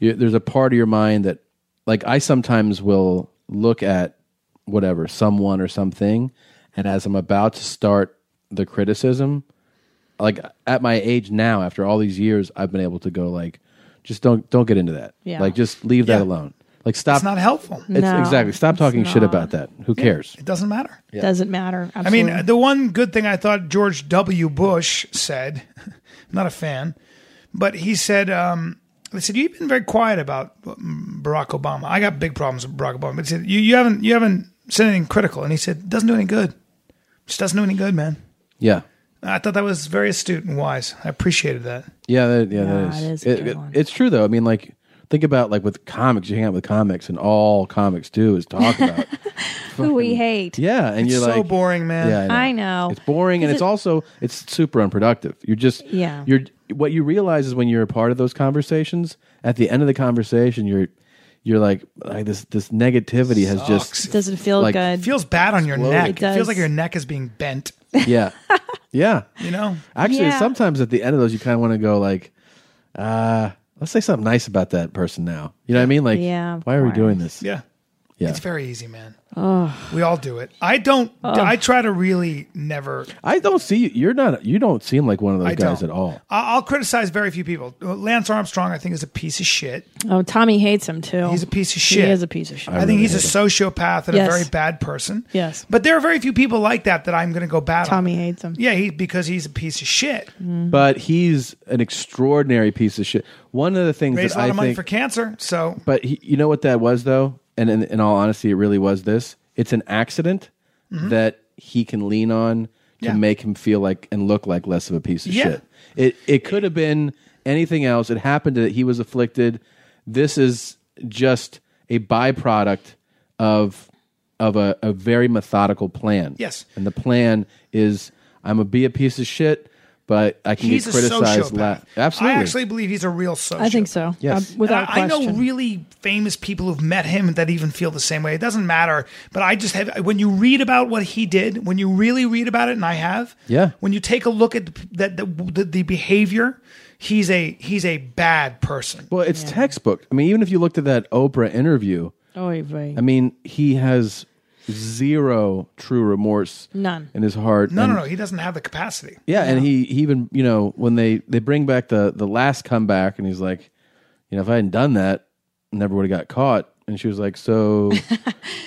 J: you, there's a part of your mind that, like, I sometimes will look at whatever someone or something, and as I'm about to start the criticism, like at my age now, after all these years, I've been able to go like, just don't don't get into that.
B: Yeah.
J: Like, just leave that
C: Yeah.
J: alone. Like, stop.
C: It's not helpful.
J: It's
B: No,
J: exactly. Stop
B: it's
J: talking shit
B: not.
J: about that. Who cares?
C: It doesn't matter.
B: Doesn't matter.
C: I mean, uh,
B: Absolutely.
C: the one good thing I thought George W. Bush said, I'm not a fan, but he said, um, they said you've been very quiet about mm, Barack Obama. I got big problems with Barack Obama, but he said you, you haven't you haven't said anything critical. And he said doesn't do any good. Just doesn't do any good, man.
J: Yeah.
C: I thought that was very astute and wise. I appreciated that.
J: Yeah, that, yeah,
B: Yeah,
J: that is.
B: it is a good one.
J: It's true though. I mean, like, think about like with comics, you hang out with comics, and all comics do is talk about.
B: who we hate.
J: yeah, and
C: It's
J: you're
C: so
J: like
C: boring, man.
J: Yeah,
B: I know.
J: It's boring, and
B: Is
J: it's
B: it-
J: also it's super unproductive. You're just
B: Yeah.
J: You're what you realize is when you're a part of those conversations. At the end of the conversation, you're you're like, like this this negativity has just
B: Doesn't feel
J: Like,
B: good.
C: It feels bad on your neck.
B: It
C: It,
B: does.
C: feels like your neck is being bent.
J: yeah yeah.
C: You know,
J: Actually,
B: Yeah.
J: sometimes at the end of those, you kind of want to go like, uh, let's say something nice about that person now. You know what I mean? Like,
B: Yeah, of
J: why are we
B: course.
J: doing this?
C: yeah.
J: Yeah.
C: It's very easy, man. We all do it. I don't. I try to really never
J: I don't see you. You're not. You don't seem like one of those
C: I
J: guys
C: don't.
J: at all.
C: I- I'll criticize very few people. Lance Armstrong, I think, is a piece of shit.
B: oh, Tommy hates him too.
C: He's a piece of
B: Oh. He
C: shit.
B: is a piece of shit.
C: I, think he's a sociopath and
B: Yes.
C: a very bad person.
B: Yes.
C: But there are very few people like that that I'm going to go bad
B: Tommy
C: on.
B: hates him.
C: Yeah, he because he's a piece of shit.
B: Mm-hmm.
J: But he's an extraordinary piece of shit. One of the things
C: Raised a
J: that
C: lot
J: I
C: of money
J: think,
C: for cancer. So
J: but he, you know what that was though, and in, in all honesty, it really was this. It's an accident that he can lean on to
C: Yeah.
J: make him feel like and look like less of a piece of
C: Yeah.
J: shit. It it could have been anything else. It happened that he was afflicted. This is just a byproduct of of a, a very methodical plan.
C: Yes.
J: and the plan is I'm gonna be a piece of shit, but I can
C: he's
J: get
C: a
J: criticized.
C: sociopath.
J: La- Absolutely,
C: I actually believe he's a real sociopath.
B: I think so.
J: Yes.
B: Uh, without
C: And I, I
B: question.
C: know really famous people who've met him that even feel the same way. It doesn't matter, but I just have when you read about what he did, when you really read about it, and I have,
J: Yeah.
C: When you take a look at that the, the, the behavior, he's a he's a bad person.
J: well, it's textbook. I mean, even if you looked at that Oprah interview.
B: Oy vey.
J: I mean, he has zero true remorse.
B: None.
J: In his heart.
C: no,
J: and,
C: no, no, he doesn't have the capacity.
J: Yeah, and he, he even, you know, when they, they bring back the, the last comeback, and he's like, you know, if I hadn't done that, I never would have got caught. And she was like, so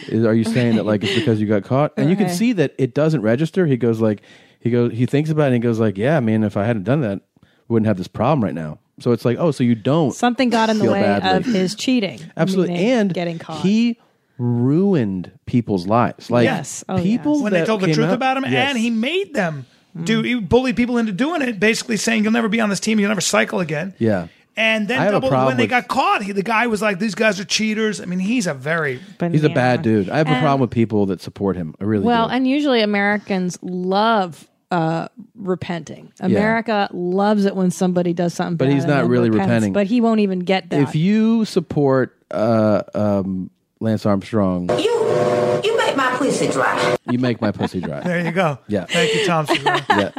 J: is, are you saying that, like, it's because you got caught? And you can
B: Right.
J: see that it doesn't register. He goes, like, he goes, he thinks about it and he goes, like, yeah, man, if I hadn't done that, I wouldn't have this problem right now. So it's like, oh, so you don't.
B: Something got in the
J: Feel
B: way
J: badly.
B: of his cheating.
J: Absolutely.
B: meaning
J: and
B: getting caught.
J: He ruined people's lives. Like
B: Yes. Oh,
J: people
B: yes.
J: that
C: When they told the
J: came
C: truth
J: out-
C: about him,
J: Yes.
C: and he made them do, he bullied people into doing it, basically saying you'll never be on this team, you'll never cycle again.
J: Yeah.
C: And
J: I
C: then
J: have a
C: double,
J: problem
C: when they
J: with-
C: got caught, he, the guy was like, "These guys are cheaters." I mean, he's a very
J: He's a
B: Banana.
J: bad dude. I have a
B: And-
J: problem with people that support him. I really
B: Well,
J: do.
B: and usually Americans love uh, repenting. America loves it when somebody does something,
J: But
B: bad
J: he's
B: and
J: not
B: then
J: really
B: repents,
J: repenting.
B: But he won't even get that.
J: if you support uh um Lance Armstrong.
K: You, you make my pussy dry.
J: You make my pussy dry.
C: There you go.
J: Yeah.
C: Thank you, Tom. Segura.
J: Yeah.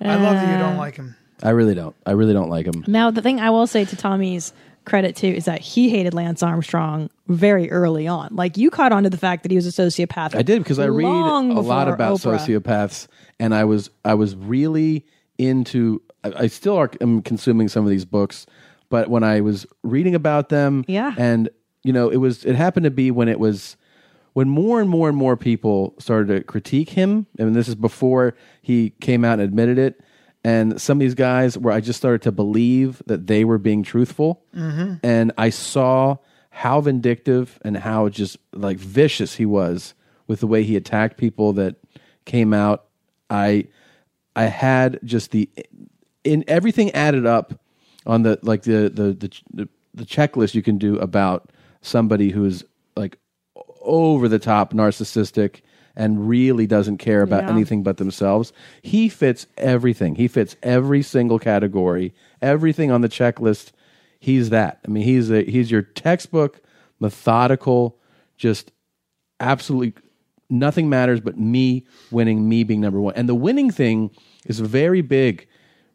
C: I love that you don't like him.
J: I really don't. I really don't like him.
B: Now, the thing I will say to Tommy's credit too is that he hated Lance Armstrong very early on. Like you caught on to the fact that he was a sociopath.
J: I did because I read
B: long
J: a lot
B: before
J: about
B: Oprah.
J: sociopaths, and I was I was really into. I, I still are am consuming some of these books, but when I was reading about them,
B: Yeah.
J: and you know, it was it happened to be when it was when more and more and more people started to critique him, and this is before he came out and admitted it. And some of these guys, where I just started to believe that they were being truthful, and I saw how vindictive and how just like vicious he was with the way he attacked people that came out. I I had just the in everything added up on the like the the the the, the checklist you can do about somebody who's like over the top narcissistic and really doesn't care about
B: Yeah.
J: anything but themselves. He fits everything. He fits every single category, everything on the checklist. He's that. I mean, he's a he's your textbook methodical just absolutely nothing matters but me winning, me being number one. And the winning thing is very big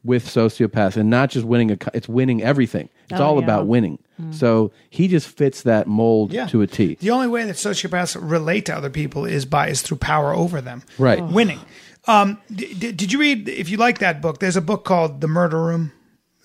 J: with sociopaths, and not just winning a. co- It's winning everything. It's
B: Oh,
J: all
B: yeah.
J: about winning. So he just fits that mold
C: Yeah.
J: to a T.
C: The only way that sociopaths relate to other people is by is through power over them.
J: Right. Oh.
C: Winning. Um, d- d- did you read? If you like that book, there's a book called The Murder Room.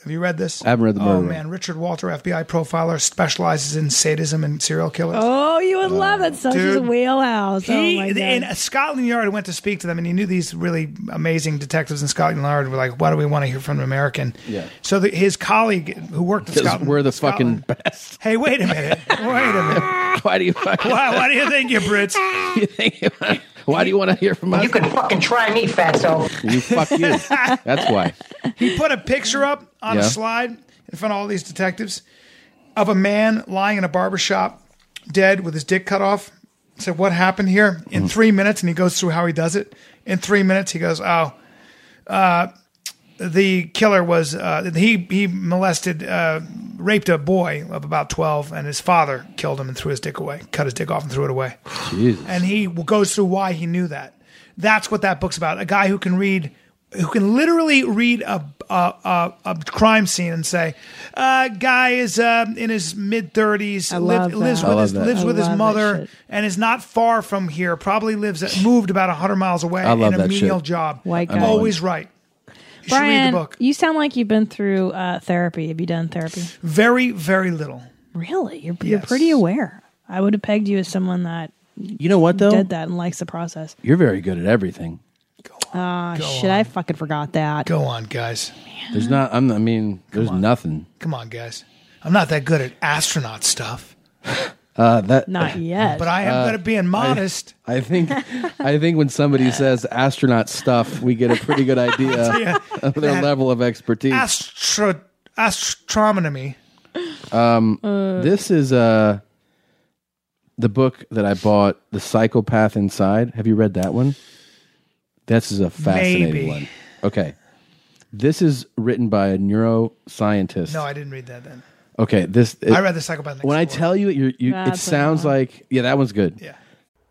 C: Have you read this?
J: I haven't read The Murder
C: Oh
J: Room.
C: man, Richard Walter, FBI profiler, specializes in sadism and serial killers.
B: Oh, you would love it. Such as a
C: dude.
B: wheelhouse.
C: He,
B: oh my god.
C: in Scotland Yard went to speak to them, and he knew these really amazing detectives in Scotland Yard were like, "Why do we want to hear from an American?"
J: Yeah.
C: So the, his colleague who worked at
J: Because
C: Scotland,
J: we're the
C: Scotland-
J: fucking best.
C: Hey, wait a minute! Wait a minute!
J: Why do you fucking?
C: Why, why do you think you Brits?
J: you think- why do you want to hear from us?
K: You can fucking try me, fatso.
J: You fuck you. That's why.
C: He put a picture up on a
J: Yeah.
C: slide in front of all these detectives of a man lying in a barber shop, dead with his dick cut off. Said, "What happened here?" In three minutes, and he goes through how he does it. In three minutes, he goes, "Oh, uh, the killer was uh, he he molested, uh, raped a boy of about twelve, and his father killed him and threw his dick away, cut his dick off and threw it away."
J: Jesus.
C: and he goes through why he knew that. That's what that book's about. A guy who can read, who can literally read a a, a, a crime scene and say, uh, "Guy is uh, in his mid thirties,
B: love that.
C: lives
B: I
C: with
J: love
C: his,
J: that.
C: lives
B: I
C: with his
B: love that
C: mother,
B: shit.
C: and is not far from here. Probably lives at, moved about hundred miles away
J: I
C: in
J: love
C: a
J: that
C: menial
J: shit.
C: job.
B: White guy.
C: always right." You should read
B: Brian,
C: the book.
B: you sound like you've been through uh, therapy. Have you done therapy?
C: Very, very little.
B: Really? You're, you're
C: Yes.
B: pretty aware. I would have pegged you as someone that
J: You know what though?
B: did that and likes the process.
J: You're very good at everything.
B: Ah, shit, I fucking forgot that.
C: Go on, guys.
J: There's not. I'm, I mean, there's nothing.
C: Come on, guys. I'm not that good at astronaut stuff,
J: Uh, that
B: Not yet.
C: but I
J: Uh,
C: am good at being modest.
J: I think I think when somebody says astronaut stuff, we get a pretty good idea of their level of expertise.
C: astro astronomy.
J: this is uh the book that I bought, The Psychopath Inside. Have you read that one? This is a fascinating
C: Maybe.
J: one. Okay. This is written by a neuroscientist.
C: No, I didn't read that then.
J: okay, this
C: I read the psychopath. Next
J: When I
C: Door.
J: tell you it, you're, you it
B: That's what I
J: sounds like yeah, that one's good.
C: yeah,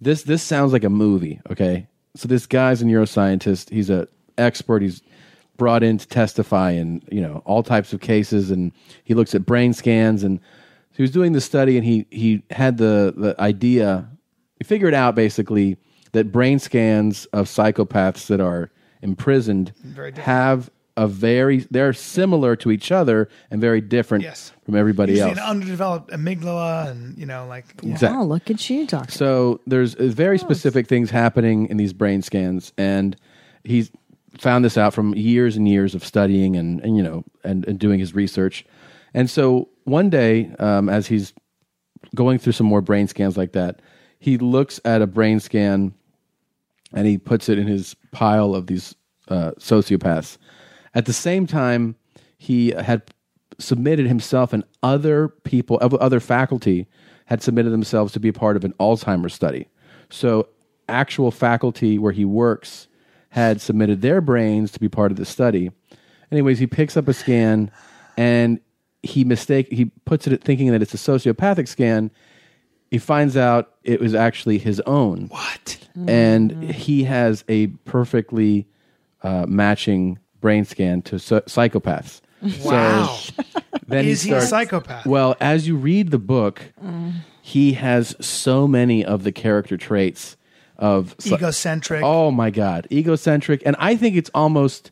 J: this this sounds like a movie okay so this guy's a neuroscientist he's a expert he's brought in to testify in you know all types of cases and he looks at brain scans and he was doing the study and he he had the the idea figured out basically that brain scans of psychopaths that are imprisoned have a very they're similar to each other and very different
C: Yes.
J: from everybody
C: you see
J: else.
C: an underdeveloped amygdala, and you know, like
J: Exact-
B: Oh, look at you, doctor.
J: So there's uh, very specific things happening in these brain scans, and he's found this out from years and years of studying and, and you know and, and doing his research. And so one day, um, as he's going through some more brain scans like that, he looks at a brain scan and he puts it in his pile of these uh, sociopaths. At the same time, he had submitted himself and other people, of other faculty, had submitted themselves to be part of an Alzheimer's study. So, actual faculty where he works had submitted their brains to be part of the study. Anyways, he picks up a scan and he mistake he puts it at thinking that it's a sociopathic scan he finds out it was actually his own. What? And
C: Mm.
J: he has a perfectly uh, matching brain scan to psy- psychopaths.
C: Wow.
J: So then
C: Is he a psychopath? Mm.
J: Well, as you read the book, he has so many of the character traits of psy-
C: Egocentric.
J: Oh my god, egocentric, and I think it's almost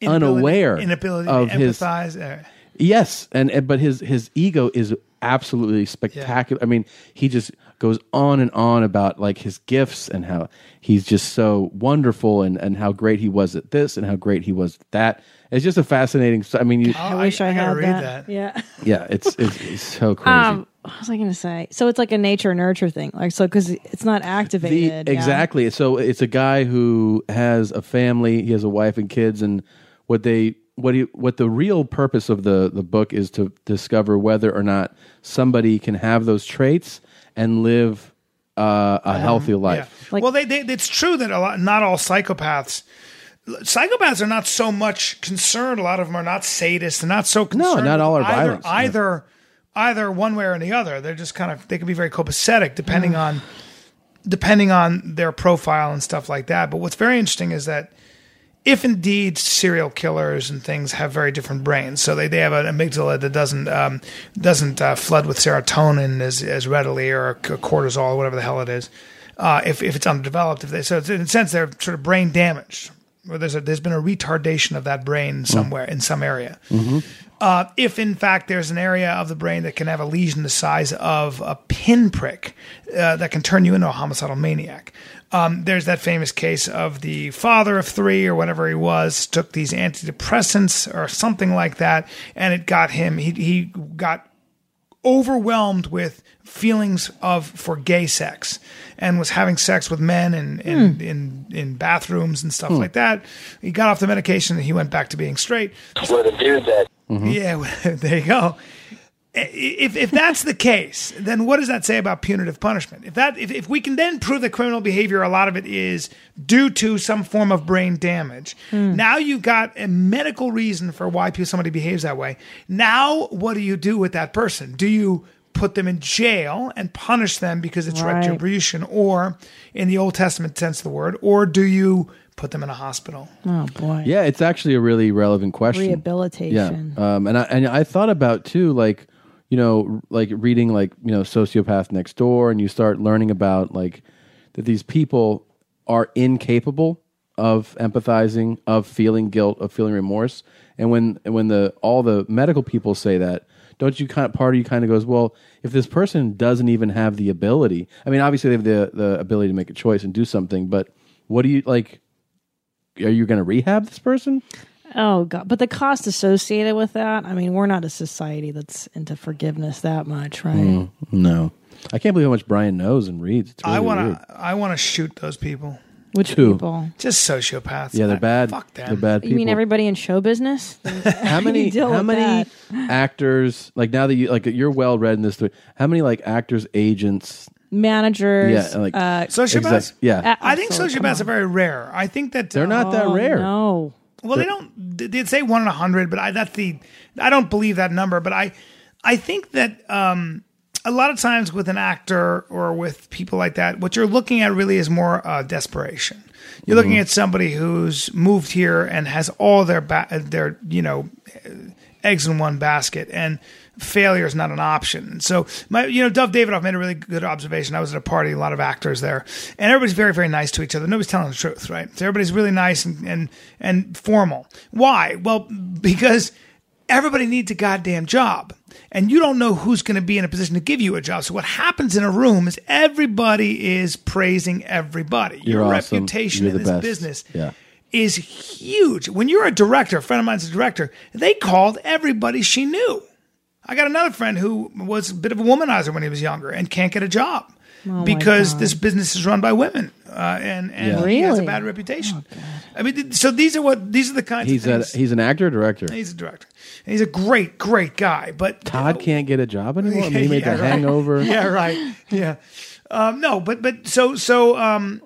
C: inability-
J: unaware
C: inability
J: of
C: to
J: his
C: empathize. uh,
J: Yes, and, and but his his ego is absolutely spectacular. I mean, he just goes on and on about like his gifts and how he's just so wonderful and and how great he was at this and how great he was at that. It's just a fascinating. st- I mean, you,
B: I wish I,
C: gotta
B: had
C: read
B: that. Yeah.
J: yeah, it's it's, it's so crazy.
B: Um, what was I going to say? So it's like a nature nurture thing, like so because it's not
J: The-
B: activated. yeah.
J: exactly. So it's a guy who has a family. He has a wife and kids, and what they what he what the real purpose of the the book is to discover whether or not somebody can have those traits and live uh, a healthy
C: Yeah.
J: life.
B: Like-
C: well, they, they, it's true that a lot, not all psychopaths. Psychopaths are not so much concerned. A lot of them are not sadists. They're not so concerned.
J: not
C: with
J: all are
C: either,
J: violence, yeah.
C: Either, either one way or the other. They're just kind of they can be very copacetic
J: Mm.
C: depending on depending on their profile and stuff like that. But what's very interesting is that if indeed serial killers and things have very different brains, so they, they have an amygdala that doesn't um, doesn't uh, flood with serotonin as, as readily or c- cortisol or whatever the hell it is, uh, if, if it's underdeveloped, if they, so it's, in a sense they're sort of brain damaged, or there's a, there's been a retardation of that brain somewhere in some area. Uh, if in fact there's an area of the brain that can have a lesion the size of a pinprick uh, that can turn you into a homicidal maniac. Um, there's that famous case of the father of three or whatever he was took these antidepressants or something like that, and it got him. He he got overwhelmed with feelings of for gay sex and was having sex with men in in in, in bathrooms and stuff like that. He got off the medication and he went back to being straight. Yeah, well, there you go. I- If, if that's the case, then what does that say about punitive punishment? If that if, if we can then prove that criminal behavior, a lot of it is due to some form of brain damage. Now you've got a medical reason for why pe- somebody behaves that way. Now what do you do with that person? Do you put them in jail and punish them because it's
B: Right.
C: retribution, or in the Old Testament sense of the word, or do you put them in a hospital?
B: Oh boy.
J: Yeah, it's actually a really relevant question.
B: Rehabilitation.
J: Yeah, um, and I and I thought about too, like you know, r- like reading like you know, sociopath next door, and you start learning about like that these people are incapable of empathizing, of feeling guilt, of feeling remorse, and when and when the all the medical people say that. Don't you kind of part of you kind of goes well if this person doesn't even have the ability? I mean, obviously they have the the ability to make a choice and do something, but what do you like? Are you going to rehab this person?
B: Oh god. But the cost associated with that. I mean, we're not a society that's into forgiveness that much, right?
J: Mm. No. I can't believe how much Brian knows and reads. It's really
C: I want
J: weird.
C: to I want to shoot those people.
B: Which
J: Two.
B: people?
C: Just sociopaths.
J: Yeah, they're
C: I-
J: bad.
C: Fuck them.
J: They're bad people.
B: You mean everybody in show business?
J: How many?
B: deal with
J: how many actors? Like now that you like you're well read in this. Story, how many like actors, agents? Yeah,
B: Managers.
J: like
B: uh,
C: Sociopaths.
J: exec- yeah.
B: at-
C: I think
B: so, come
C: sociopaths are
B: on.
C: very rare. I think that
J: They're not that
B: Oh,
J: rare.
B: No.
C: Well, they don't. They they'd say one in a hundred, but I that's the. I don't believe that number, but I, I think that um, a lot of times with an actor or with people like that, what you're looking at really is more uh, desperation. You're looking
J: Mm-hmm.
C: at somebody who's moved here and has all their ba- their you know eggs in one basket and failure is not an option. So, my, you know, Dove Davidoff made a really good observation. I was at a party, a lot of actors there, and everybody's very, very nice to each other. Nobody's telling the truth, right? So everybody's really nice and and, and formal. Why? Well, because everybody needs a goddamn job and you don't know who's going to be in a position to give you a job so what happens in a room is everybody is praising everybody
J: You're
C: your
J: awesome.
C: reputation
J: You're
C: in
J: the
C: this
J: best.
C: business
J: Yeah.
C: is huge when you're a director a friend of mine's a director they called everybody she knew i got another friend who was a bit of a womanizer when he was younger and can't get a job
B: Oh my
C: because
B: God.
C: this business is run by women uh, and, and
J: Yeah.
C: he has a
B: Really? Oh,
C: bad reputation i mean th- so these are what these are the kinds
J: He's
C: of
J: a,
C: things
J: he's an actor, or director.
C: He's a director. And he's a great, great guy. But
J: Todd can't get a job anymore. I mean, he made
C: Yeah,
J: the
C: right.
J: Hangover.
C: yeah, right. Yeah. Um, no, but but so so um,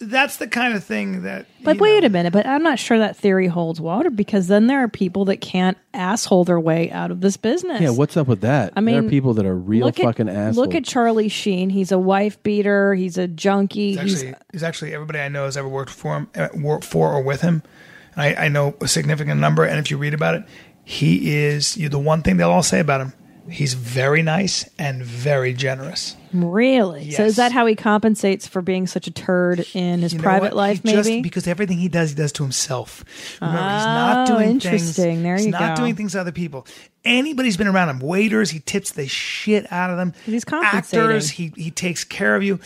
C: that's the kind of thing that.
B: But
C: you
B: wait a minute, but I'm not sure that theory holds water because then there are people that can't asshole their way out of this business.
J: Yeah, what's up with that?
B: I
J: there are
B: mean,
J: people that are real
B: look
J: fucking
B: at,
J: assholes.
B: Look at Charlie Sheen. He's a wife beater. He's a junkie.
C: know,
B: He's,
C: he's actually, he's actually everybody I know has ever worked for him, uh, worked for or with him. And I, I know a significant number, and if you read about it, he is you. The one thing they'll all say about him, he's very nice and very generous.
B: really. So
C: Yes.
B: is that how he compensates for being such a turd in his
C: You know
B: private
C: what?
B: life?
C: He just-
B: Maybe
C: because everything he does, he does to himself. Remember, he's
B: Oh,
C: not doing
B: interesting.
C: things.
B: There
C: he's
B: you
C: not
B: go.
C: doing things to other people. Anybody's been around him, waiters, he tips the shit out of them.
B: He's compensating.
C: actors, he he takes care of you.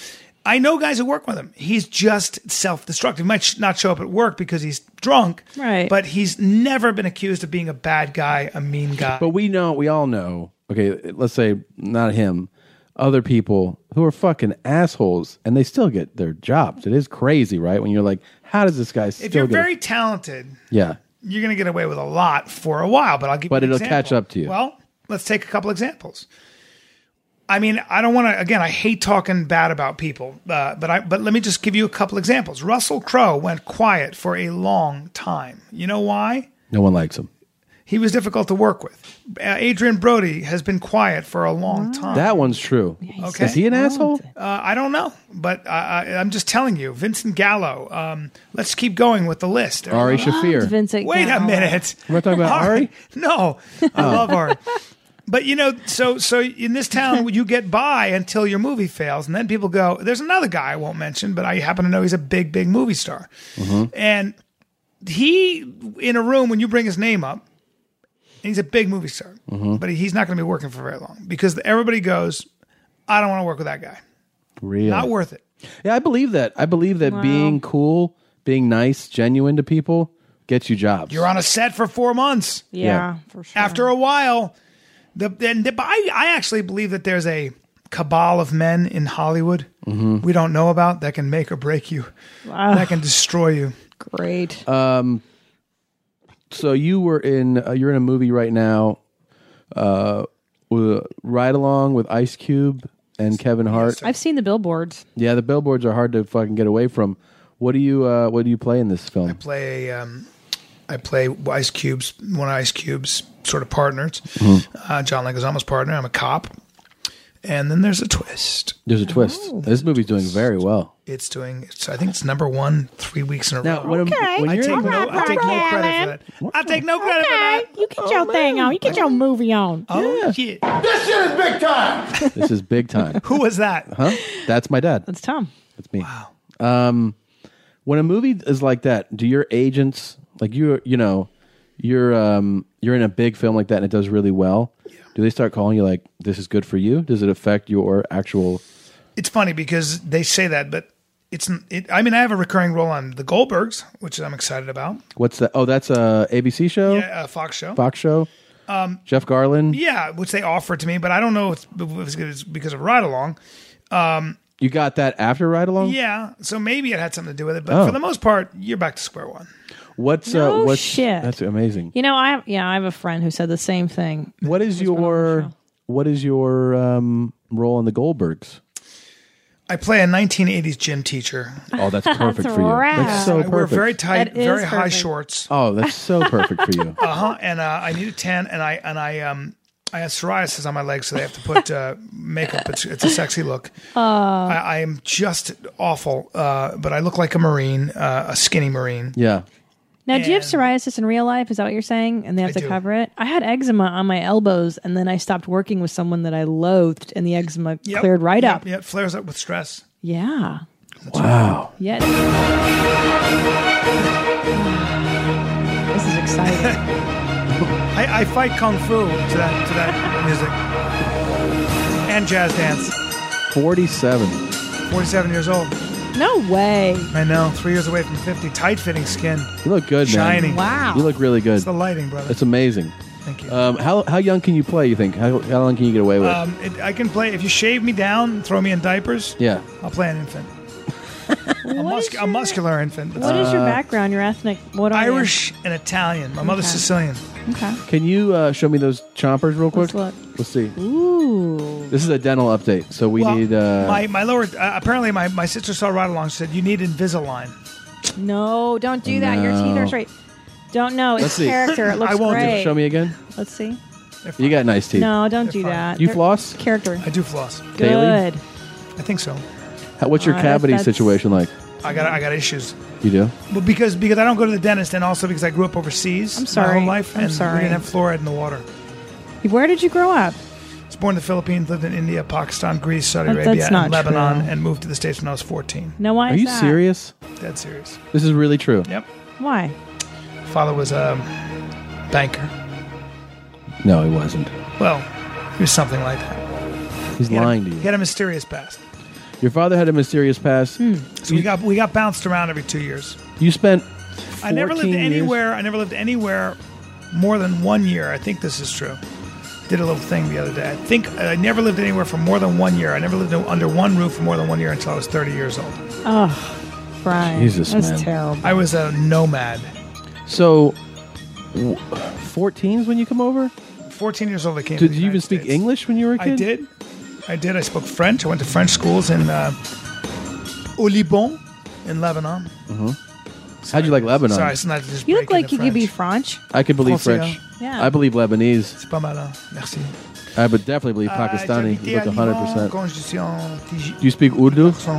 C: I know guys who work with him. He's just self-destructive. He might sh- not show up at work because he's drunk,
B: Right.
C: But he's never been accused of being a bad guy, a mean guy.
J: But we know, we all know. Okay, let's say not him, other people who are fucking assholes, and they still get their jobs. It is crazy, right? When you're like, how does this guy still
C: if you're
J: get? a-
C: very talented,
J: yeah,
C: you're going to get away with a lot for a while, but I'll give
J: But
C: you an
J: it'll
C: example.
J: catch up to you.
C: Well, let's take a couple examples. I mean, I don't want to. Again, I hate talking bad about people, uh, but I. But let me just give you a couple examples. Russell Crowe went quiet for a long time. You know why?
J: no one likes him.
C: He was difficult to work with. Uh, Adrian Brody has been quiet for a long time.
J: That one's true.
C: Okay.
J: Is he an asshole?
C: Uh, I don't know, but I, I, I'm just telling you. Vincent Gallo. Um, let's keep going with the list.
J: Ari Shafir.
B: Vincent.
C: Wait a
B: Gallo.
C: minute.
J: We're talking about Ari.
C: No, I love art. But you know, so so in this town, you get by until your movie fails, and then people go. There's another guy I won't mention, but I happen to know he's a big, big movie star,
J: Mm-hmm.
C: and he in a room when you bring his name up, he's a big movie star,
J: Mm-hmm.
C: but he's not going to be working for very long because everybody goes, "I don't want to work with that guy.
J: Real.
C: Not worth it."
J: Yeah, I believe that. I believe that being cool, being nice, genuine to people gets you jobs.
C: You're on a set for four months.
B: Yeah,
J: Yeah.
B: for sure.
C: after a while, the and the, I, I actually believe that there's a cabal of men in Hollywood
J: Mm-hmm.
C: we don't know about that can make or break you, that can destroy you.
B: great.
J: Uh, so you were in uh, you're in a movie right now uh with, right along with ice cube and kevin hart
B: I've seen the billboards.
J: yeah the billboards are hard to fucking get away from what do you uh what do you play in this film
C: Play um, I play Ice Cube's one of Ice Cube's sort of partners,
J: Mm-hmm.
C: uh, John Leguizamo's partner. I'm a cop, and then there's a twist.
J: there's a twist this movie's doing very well
C: It's doing. It's, I think it's number one three weeks in a
J: now
C: row.
J: when, okay. when
C: I
J: you're
C: take,
J: in,
C: no, I take no credit for that. I take no credit for that.
B: You get your thing on. You get your movie on.
C: Oh shit!
L: This shit is big time.
J: this is big time
C: Who was that?
J: huh that's my dad
B: That's Tom.
J: that's me wow um when a movie is like that do your agents like you you know you're um you're in a big film like that and it does really well do they start calling you like this is good for you does it affect your actual
C: it's funny because they say that, but it's. It, I mean, I have a recurring role on The Goldbergs, which I'm excited about.
J: What's that? Oh, that's a ABC show,
C: Yeah, uh, Fox show.
J: Fox show. Um, Jeff Garland.
C: Yeah, which they offered to me, but I don't know if it's, if it's because of Ride Along.
J: You got that after Ride Along.
C: Yeah, so maybe it had something to do with it. But
J: Oh.
C: for the most part, you're back to square one.
J: What's
B: No
J: uh, what's
B: shit.
J: That's amazing.
B: You know, I have, yeah, I have a friend who said the same thing.
J: What is your what is your um, role in the Goldbergs?
C: I play a 1980s gym teacher.
J: Oh, that's perfect for you. That's
B: rad.
J: so
C: I wear
J: perfect.
C: very tight,
B: That is
C: very high
B: perfect.
C: shorts.
J: oh, that's so perfect for you.
C: Uh huh. And uh, I need a tan, and I and I um. I have psoriasis on my legs, so they have to put uh, makeup. It's, it's a sexy look. I, I am just awful, uh, but I look like a marine, uh, a skinny marine.
J: Yeah.
B: Now, do you have psoriasis in real life? Is that what you're saying? And they have
C: I
B: to
C: do.
B: cover it? I had eczema on my elbows, and then I stopped working with someone that I loathed, and the eczema
C: Yep,
B: cleared right
C: yep,
B: up.
C: Yeah, it flares up with stress.
B: Yeah.
J: Wow.
B: Yeah. This is exciting.
C: I, I fight kung fu to that to that music and jazz dance.
J: 47.
C: Forty-seven years old.
B: no way.
C: I know. Three years away from fifty. Tight-fitting skin.
J: You look good,
C: Shining.
J: man.
B: Wow.
J: You look really good.
C: It's the lighting, brother.
J: That's amazing.
C: Thank you.
J: Um, how, how young can you play, you think? How, how long can you get away with?
C: Um, it, I can play. If you shave me down, and throw me in diapers.
J: yeah.
C: I'll play an infant. a,
B: What is
C: mus- a muscular infant.
B: What is your background? Your ethnic? What are you?
C: Uh, Irish and Italian. My mother's
B: Okay.
C: Sicilian.
B: Okay.
J: Can you uh, show me those chompers real quick?
B: Let's look.
J: Let's see.
B: Ooh.
J: This is a dental update, so we
C: Well,
J: need. Uh,
C: my my lower. Uh, apparently, my, my sister saw right along. Said you need Invisalign.
B: No, don't do that. Your teeth
J: No.
B: are straight. Don't know. It's
J: Let's see.
B: character. It looks
C: I won't do it.
B: great.
J: show me again.
B: Let's see.
J: You got nice teeth.
B: No, don't
C: They're
B: do
C: fine.
B: that.
J: You
B: They're-
J: floss?
B: Character.
C: I do floss.
J: Daily?
B: Good.
C: I think so.
J: How, what's your
B: Uh,
J: cavity
B: that's-
J: situation like?
C: I got I got issues.
J: You do?
C: Well, because because I don't go to the dentist, and also because I grew up overseas.
B: I'm sorry.
C: My whole life,
B: I'm
C: and
B: sorry.
C: we didn't have fluoride in the water.
B: Where did you grow up?
C: I was born in the Philippines, lived in India, Pakistan, Greece, Saudi
B: That-
C: Arabia,
B: that's not
C: and Lebanon,
B: true.
C: and moved to the states when I was 14.
B: No, why?
J: Are
B: is
J: you
B: that?
J: serious?
C: Dead serious.
J: This is really true.
C: Yep.
B: Why?
C: Father was a banker.
J: No, he wasn't.
C: Well, he was something like that.
J: He's
C: He had a-
J: lying to
C: He
J: you.
C: had a mysterious past.
J: Your father had a mysterious past.
B: Hmm.
C: So we got we got bounced around every two years.
J: You spent.
C: I never lived
J: 14 years-
C: anywhere. I never lived anywhere more than one year. I think this is true. Did a little thing the other day. I think I never lived anywhere for more than one year. I never lived under one roof for more than one year until I was 30 years old.
B: Oh, Brian.
J: Jesus,
B: that's
J: man.
B: terrible.
C: I was a nomad.
J: So, w- 14 is when you come over?
C: 14 years old, I came. to
J: Did
C: the
J: you even
C: United
J: speak
C: States.
J: English when you were a kid?
C: I did. I did. I spoke French. I went to French schools in uh, au Liban in Lebanon.
J: How'd you like Lebanon?
C: Sorry, it's not just
B: You look
C: breaking
B: like
C: the
B: you could be
C: French.
B: French.
J: I could believe
C: Francia.
J: French.
B: Yeah.
J: I believe Lebanese.
C: C'est pas malin. Merci.
J: I would definitely believe
C: Uh,
J: Pakistani.
C: j'habitais
J: You look
C: à
J: 100%.
C: Liban quand je suis en Tigi-
J: Do you speak Urdu?
C: So,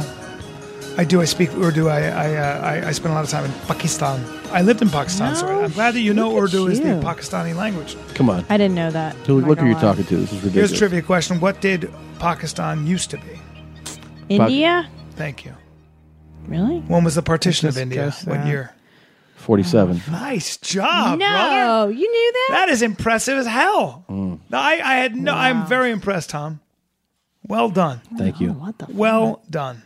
C: I do. I speak Urdu. I I, uh, I I spent a lot of time in Pakistan. I lived in Pakistan, so
B: No,
C: I'm glad that you know
B: look at
C: Urdu is the
B: you.
C: Pakistani language.
J: Come on.
B: I didn't know that.
J: Who,
B: I'm not
J: look who
B: gonna
J: you're
B: lie.
J: talking to. This is ridiculous.
C: Here's a trivia question: What did Pakistan used to be?
B: India?
C: Thank you.
B: Really?
C: When was the partition of
J: Just
C: India?
J: guess
C: What
J: that.
C: year?
J: 47.
C: Nice job, brother.
B: no, you knew that?
C: That is impressive as hell.
J: Mm.
C: No, I, I had no. I'm very impressed, Tom. Well done.
J: Thank you.
B: What the?
C: Well done.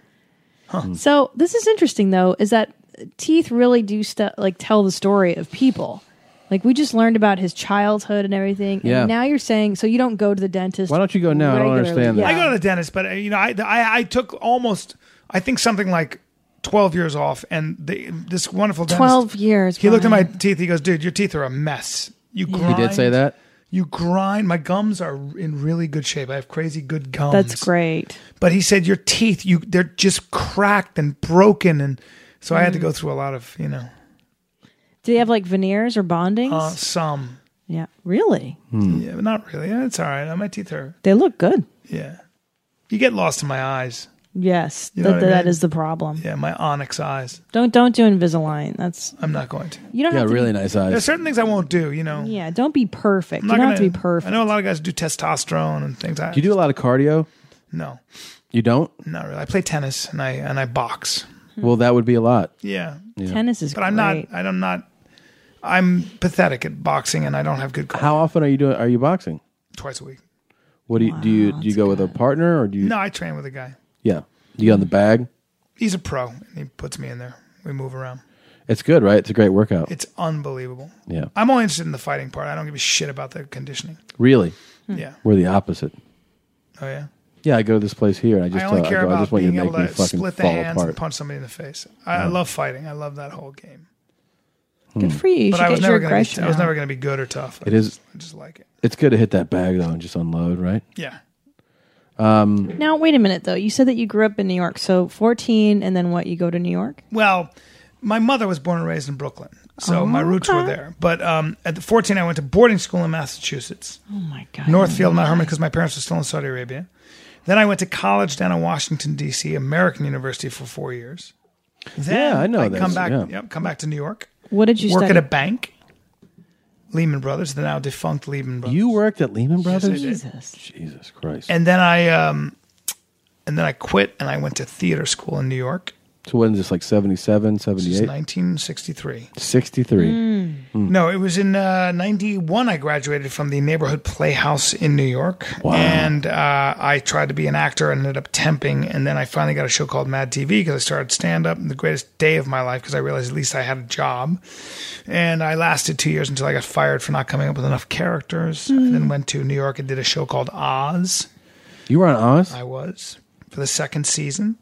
J: Mm.
B: So this is interesting though, is that teeth really do stu- like tell the story of people. Like we just learned about his childhood and everything, and
J: Yeah.
B: now you're saying so you don't go to the dentist.
J: Why don't you go now? I don't
B: regularly.
J: understand that.
B: Yeah.
C: I go to the dentist, but uh, you know, I, I I took almost I think something like twelve years off, and the, this wonderful dentist,
B: 12 years,
C: He looked at my
B: Brian.
C: teeth. He goes, "Dude, your teeth are a mess. You
J: He
C: grind,
J: did say that?
C: You grind. My gums are in really good shape. I have crazy good gums.
B: That's great.
C: But he said your teeth, you they're just cracked and broken, and so I had to
B: Mm.
C: go through a lot of you know
B: Do they have like veneers or bondings?
C: uh, some.
B: yeah, really.
C: Yeah, but not really. Yeah, It's all right. My teeth are
B: They look good.
C: yeah. You get lost in my eyes.
B: Yes,
C: know
B: that,
C: what I
B: that
C: mean?
B: is the problem.
C: Yeah, my onyx eyes.
B: Don't don't do Invisalign. That's
C: I'm not going to.
B: you don't
J: Yeah,
B: have to.
J: really nice
C: There's
J: eyes.
C: certain things I won't do. You know.
B: Yeah, don't be perfect. You don't have to be perfect.
C: I know a lot of guys do testosterone and things. I,
J: Do you do a lot of cardio?
C: No,
J: You don't?
C: not really. I play tennis and I and I box.
B: Mm-hmm.
J: Well, that would be a lot.
C: Yeah,
B: Tennis is
C: but I'm
B: great.
C: not. I don't not. I'm pathetic at boxing and I don't have good cardio
J: How often are you doing? Are you boxing?
C: twice a week.
J: What do you do? You, do you go with a partner or do you?
C: No, I train with a guy.
J: Yeah, you get on the bag.
C: He's a pro and he puts me in there. We move around.
J: It's good, right? It's a great workout.
C: It's unbelievable.
J: yeah,
C: I'm only interested in the fighting part. I don't give a shit about the conditioning.
J: really,
B: Hmm.
C: Yeah.
J: we're the opposite.
C: Oh yeah.
J: Yeah, I go to this place here, and I just
C: I only
J: tell, I,
C: care
J: go, I
C: about
J: just want you
C: being
J: to make
C: able
J: me
C: to
J: fucking
C: split the
J: fall
C: hands
J: apart.
C: and punch somebody in the face. I, I love fighting. I love that whole game.
J: Hmm.
B: Good for you. You
C: But
B: should
C: I was
B: get your
C: never going to.
B: aggression
C: I was
B: out.
C: never going to be good or tough. I
J: It is-
C: just- I just like it.
J: It's good to hit that bag though and just unload, right?
C: Yeah.
B: Now, wait a minute though. You said that you grew up in New York. So 14, and then what? You go to New York?
C: Well, my mother was born and raised in Brooklyn, so my roots were there. But um, at the 14, I went to boarding school in Massachusetts,
B: Oh my God.
C: Northfield, Mount Hermon, because my parents were still in Saudi Arabia. Then I went to college down in Washington D.C., American University for four years. Then
J: Yeah, I know
C: I
J: this,
C: come back.
J: yeah.
C: Yep, come back to New York.
B: What did you
C: work
B: study?
C: at a bank? Lehman Brothers, the now defunct Lehman Brothers.
J: You worked at Lehman Brothers?
B: Jesus.
J: Jesus Christ.
C: And then I um, and then I quit and I went to theater school in New York.
J: so when is this, like 77,
C: This is
J: 78?
C: 1963.
J: 63.
C: No, it was in uh, 91 I graduated from the Neighborhood Playhouse in New York. And uh, I tried to be an actor and ended up temping. And then I finally got a show called Mad TV because I started stand up. The greatest day of my life because I realized at least I had a job. And I lasted two years until I got fired for not coming up with enough characters. And then went to New York and did a show called Oz.
J: You were on Oz?
C: I was for the second season,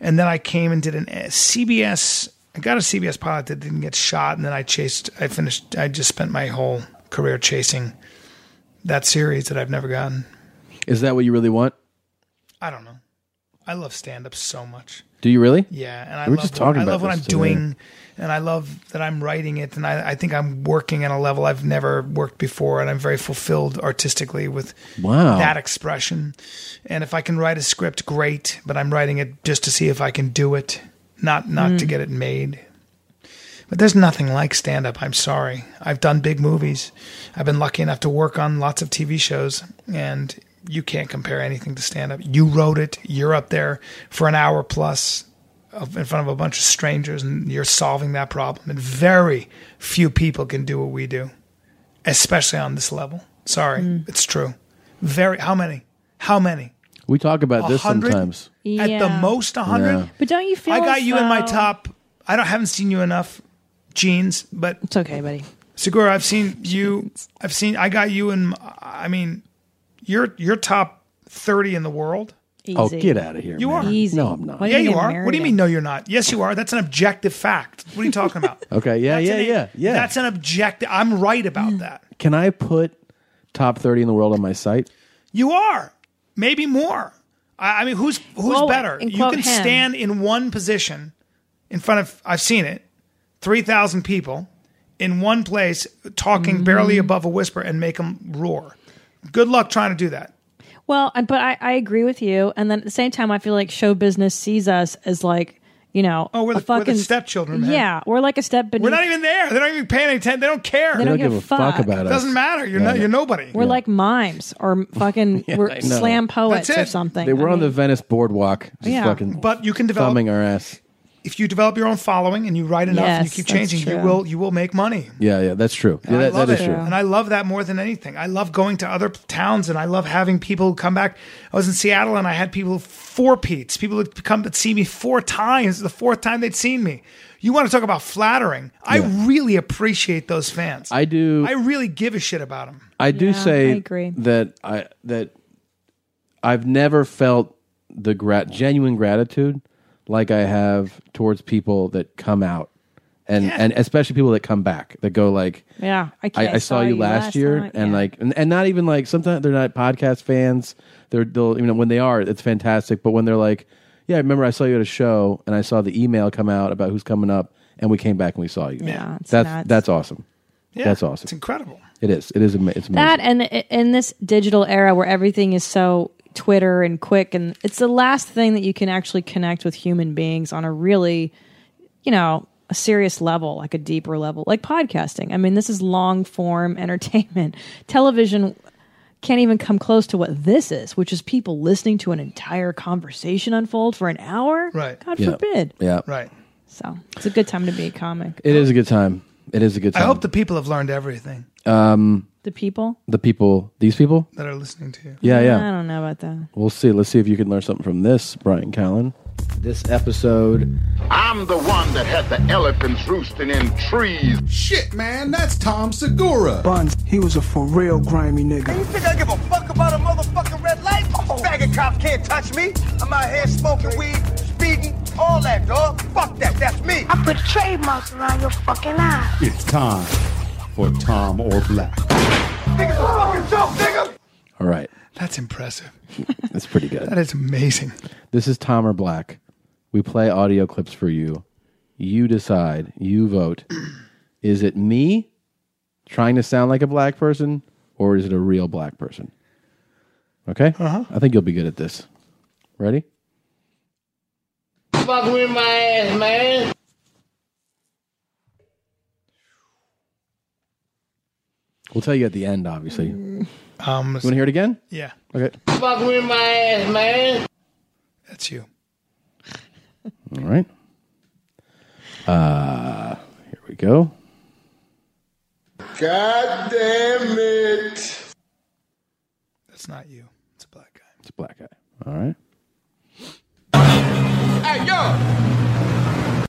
C: and then I came and did an eh, a CBS. I got a CBS pilot that didn't get shot, and then I chased. I finished. I just spent my whole career chasing that series that I've never gotten.
J: Is that what you really want?
C: I don't know. I love stand up so much.
J: Do you really?
C: Yeah, and I
J: We were
C: love
J: just
C: what-
J: talking
C: I
J: about
C: love what
J: this
C: I'm
J: today.
C: doing, and I love that I'm writing it, and I, I think I'm working at a level I've never worked before, and I'm very fulfilled artistically with
J: Wow.
C: that expression. And if I can write a script, great. But I'm writing it just to see if I can do it, not not to get it made. But there's nothing like stand up. I'm sorry. I've done big movies. I've been lucky enough to work on lots of TV shows, and you can't compare anything to stand up. You wrote it. You're up there for an hour plus of- in front of a bunch of strangers, and you're solving that problem. And very few people can do what we do especially on this level. Sorry, it's true. Very how many? How many?
J: We talk about this
C: 100?
J: sometimes.
C: At the
B: Yeah.
C: most, a hundred.
J: Yeah.
B: But don't you feel?
C: I got
B: as
C: you in my
B: though-
C: top. I don't haven't seen you enough, jeans. But
B: It's okay, buddy.
C: Segura, I've seen you. I've seen. I got you in. I mean, you're you're top thirty in the world.
B: Easy.
J: Oh, get out of here.
C: You
J: man.
C: are.
B: Easy.
J: No, I'm not.
B: Why
C: Yeah, you
B: get
C: are. What do
B: married
C: you mean?
B: at-
C: No, you're not. Yes, you are. That's an objective fact. What are you talking about?
J: Okay. Yeah,
C: That's
J: yeah,
C: an-
J: yeah. Yeah.
C: That's an objective. I'm right about that.
J: Can I put top 30 in the world on my site?
C: You are. Maybe more. I, I mean, who's who's
B: Well,
C: better?
B: and
C: You
B: quote
C: can
B: him.
C: stand in one position in front of I've seen it, three thousand people in one place talking barely above a whisper and make them roar. Good luck trying to do that.
B: Well, I- but I, I agree with you, and then at the same time, I feel like show business sees us as like you know,
C: Oh, we're
B: a
C: the, we're the
B: fucking
C: stepchildren, man.
B: Yeah, we're like a step beneath.
C: We're not even there. They don't even pay any attention. They don't care.
B: They
J: I
B: don't
J: don't
B: give
J: give
B: a
J: a fuck,
B: fuck.
J: about it.
C: doesn't matter. You're not. You're nobody.
B: we're like mimes or fucking
J: I
B: we're
J: know.
B: slam poets
C: That's it.
B: or something.
J: They were
B: I
J: on the
B: mean,
J: Venice boardwalk, just
B: Yeah.
J: fucking
C: but you can develop
J: thumbing our ass.
C: if you develop your own following and you write enough and you
B: Yes,
C: keep
B: that's
C: changing. You
B: true.
C: will. You will make money.
J: Yeah, yeah, that's true. Yeah,
C: I
J: that,
C: love
J: that is
C: it.
J: true.
C: And I love that more than anything. I love going to other towns and I love having people come back. I was in Seattle and I had people four peats, people that come to see me four times, the fourth time they'd seen me. You want to talk about flattering? I really appreciate those fans.
J: I do.
C: I really give a shit about them.
J: I do
B: Yeah,
J: say
B: I agree.
J: that I that I've never felt the grat- genuine gratitude like I have towards people that come out and and especially people that come back that go like
B: yeah, I,
J: I,
B: can't,
J: I saw you last, year
B: time,
J: and
B: yeah.
J: like and, and not even like sometimes they're not podcast fans they're they'll you know when they are it's fantastic but when they're like yeah I remember I saw you at a show and I saw the email come out about who's coming up and we came back and we saw you
B: Yeah, it's
J: that's
B: nuts.
J: that's awesome
C: Yeah,
J: that's awesome
C: It's incredible.
J: it is it is ama- it's amazing.
B: that and i- in this digital era where everything is so Twitter and quick and it's the last thing that you can actually connect with human beings on a really you know a serious level like a deeper level like podcasting. I mean this is long form entertainment. Television can't even come close to what this is, which is people listening to an entire conversation unfold for an hour.
C: Right.
B: God
J: Yeah.
B: forbid.
J: yeah
C: Right.
B: So it's a good time to be a comic.
J: It is a good time. It is a good
C: I
J: time.
C: hope the people have learned everything
B: The people.
J: the people, these people.
C: that are listening to you.
J: Yeah, yeah.
B: I don't know about that.
J: We'll see. Let's see if you can learn something from this, Brian Callen. This episode.
I: I'm the one that had the elephants roosting in trees.
L: Shit, man, that's Tom Segura.
M: Buns, he was a for real grimy nigga.
N: You think I give a fuck about a motherfucking red light? Faggot cops can't touch me. I'm out here smoking weed, speeding, all that, dog. Fuck that, that's me.
E: I put trademarks around your fucking eyes.
L: It's time for Tom or Black.
N: Nigga's a fucking joke, nigga.
J: All right.
C: That's impressive.
J: That's pretty good.
C: That is amazing.
J: this is Tom or Black. We play audio clips for you. You decide. You vote. is it me trying to sound like a black person or is it a real black person? Okay? Uh-huh. I think you'll be good at this. Ready?
I: Fuck with my ass, man.
J: We'll tell you at the end, obviously. Um, you want to hear it again?
C: Yeah.
J: Okay.
N: Fuck with my ass, man.
C: That's you.
J: All right. Uh, here we go.
N: God damn it.
C: That's not you.
J: It's a black guy. All right.
N: Hey, yo.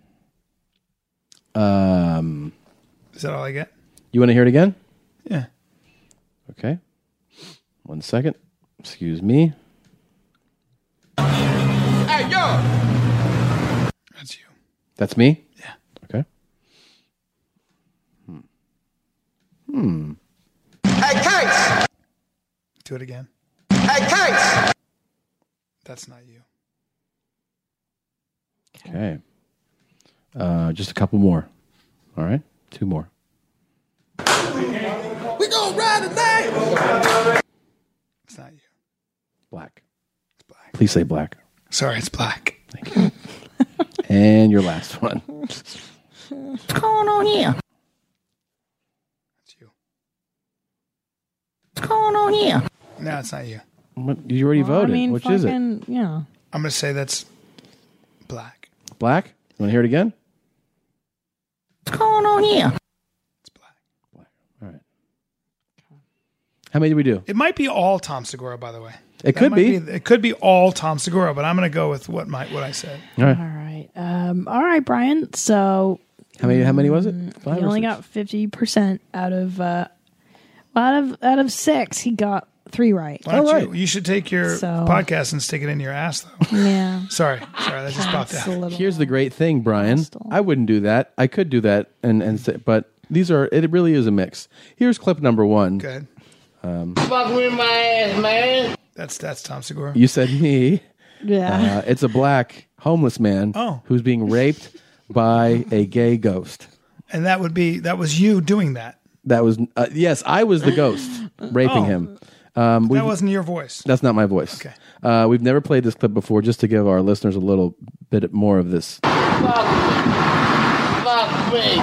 J: Um,
C: Is that all I get?
J: you want to hear it again?
C: Yeah.
J: Okay. One second. Excuse me.
N: Hey, yo.
J: That's me? Yeah. Okay. Hmm. Hmm.
C: Hey, Case! Do it again. Hey, Case! That's not you.
J: Okay. Uh, just a couple more. All right. Two more.
N: We gonna ride tonight.
J: Black. Please say black.
C: Sorry, it's black.
J: And your last one.
N: What's going on here? What's going on here?
C: No, it's not you.
J: What, you already
B: Well, I
J: voted.
B: mean,
J: Which is it?
B: fucking- Yeah.
C: I'm going to say that's black.
J: Black? You want to hear it again?
N: What's going on here?
J: How many did we do?
C: It might be all Tom Segura, by the way.
J: It
C: That
J: could
C: might
J: be.
C: It could be all Tom Segura, but I'm going to go with what my what I said.
J: All right.
B: All right. Um, all right, Brian. So
J: How many? How many was it?
B: Mm, he
J: or
B: only
J: six?
B: got fifty percent out of uh, out of out of six. He got three right.
C: Why don't you? You should take your
B: So-
C: podcast and stick it in your ass, though.
B: Yeah.
C: Sorry, sorry, that just popped out.
J: Here's the great thing, Brian. I wouldn't do that. I could do that, and and say, but these are it. Really is a mix. Here's clip number one.
C: Good.
J: Um,
N: Fuck with my ass, man.
C: That's that's Tom Segura.
J: you said me.
C: Yeah.
J: Uh, it's a black homeless man
C: Oh.
J: who's being raped by a gay ghost.
C: And that would be that was you doing that.
J: That was uh, yes, I was the ghost raping
C: Oh.
J: him. Um,
C: That
J: we've-
C: wasn't your voice.
J: That's not my voice. Okay. Uh, we've never played this clip before, just to give our listeners a little bit more of this.
N: Fuck me.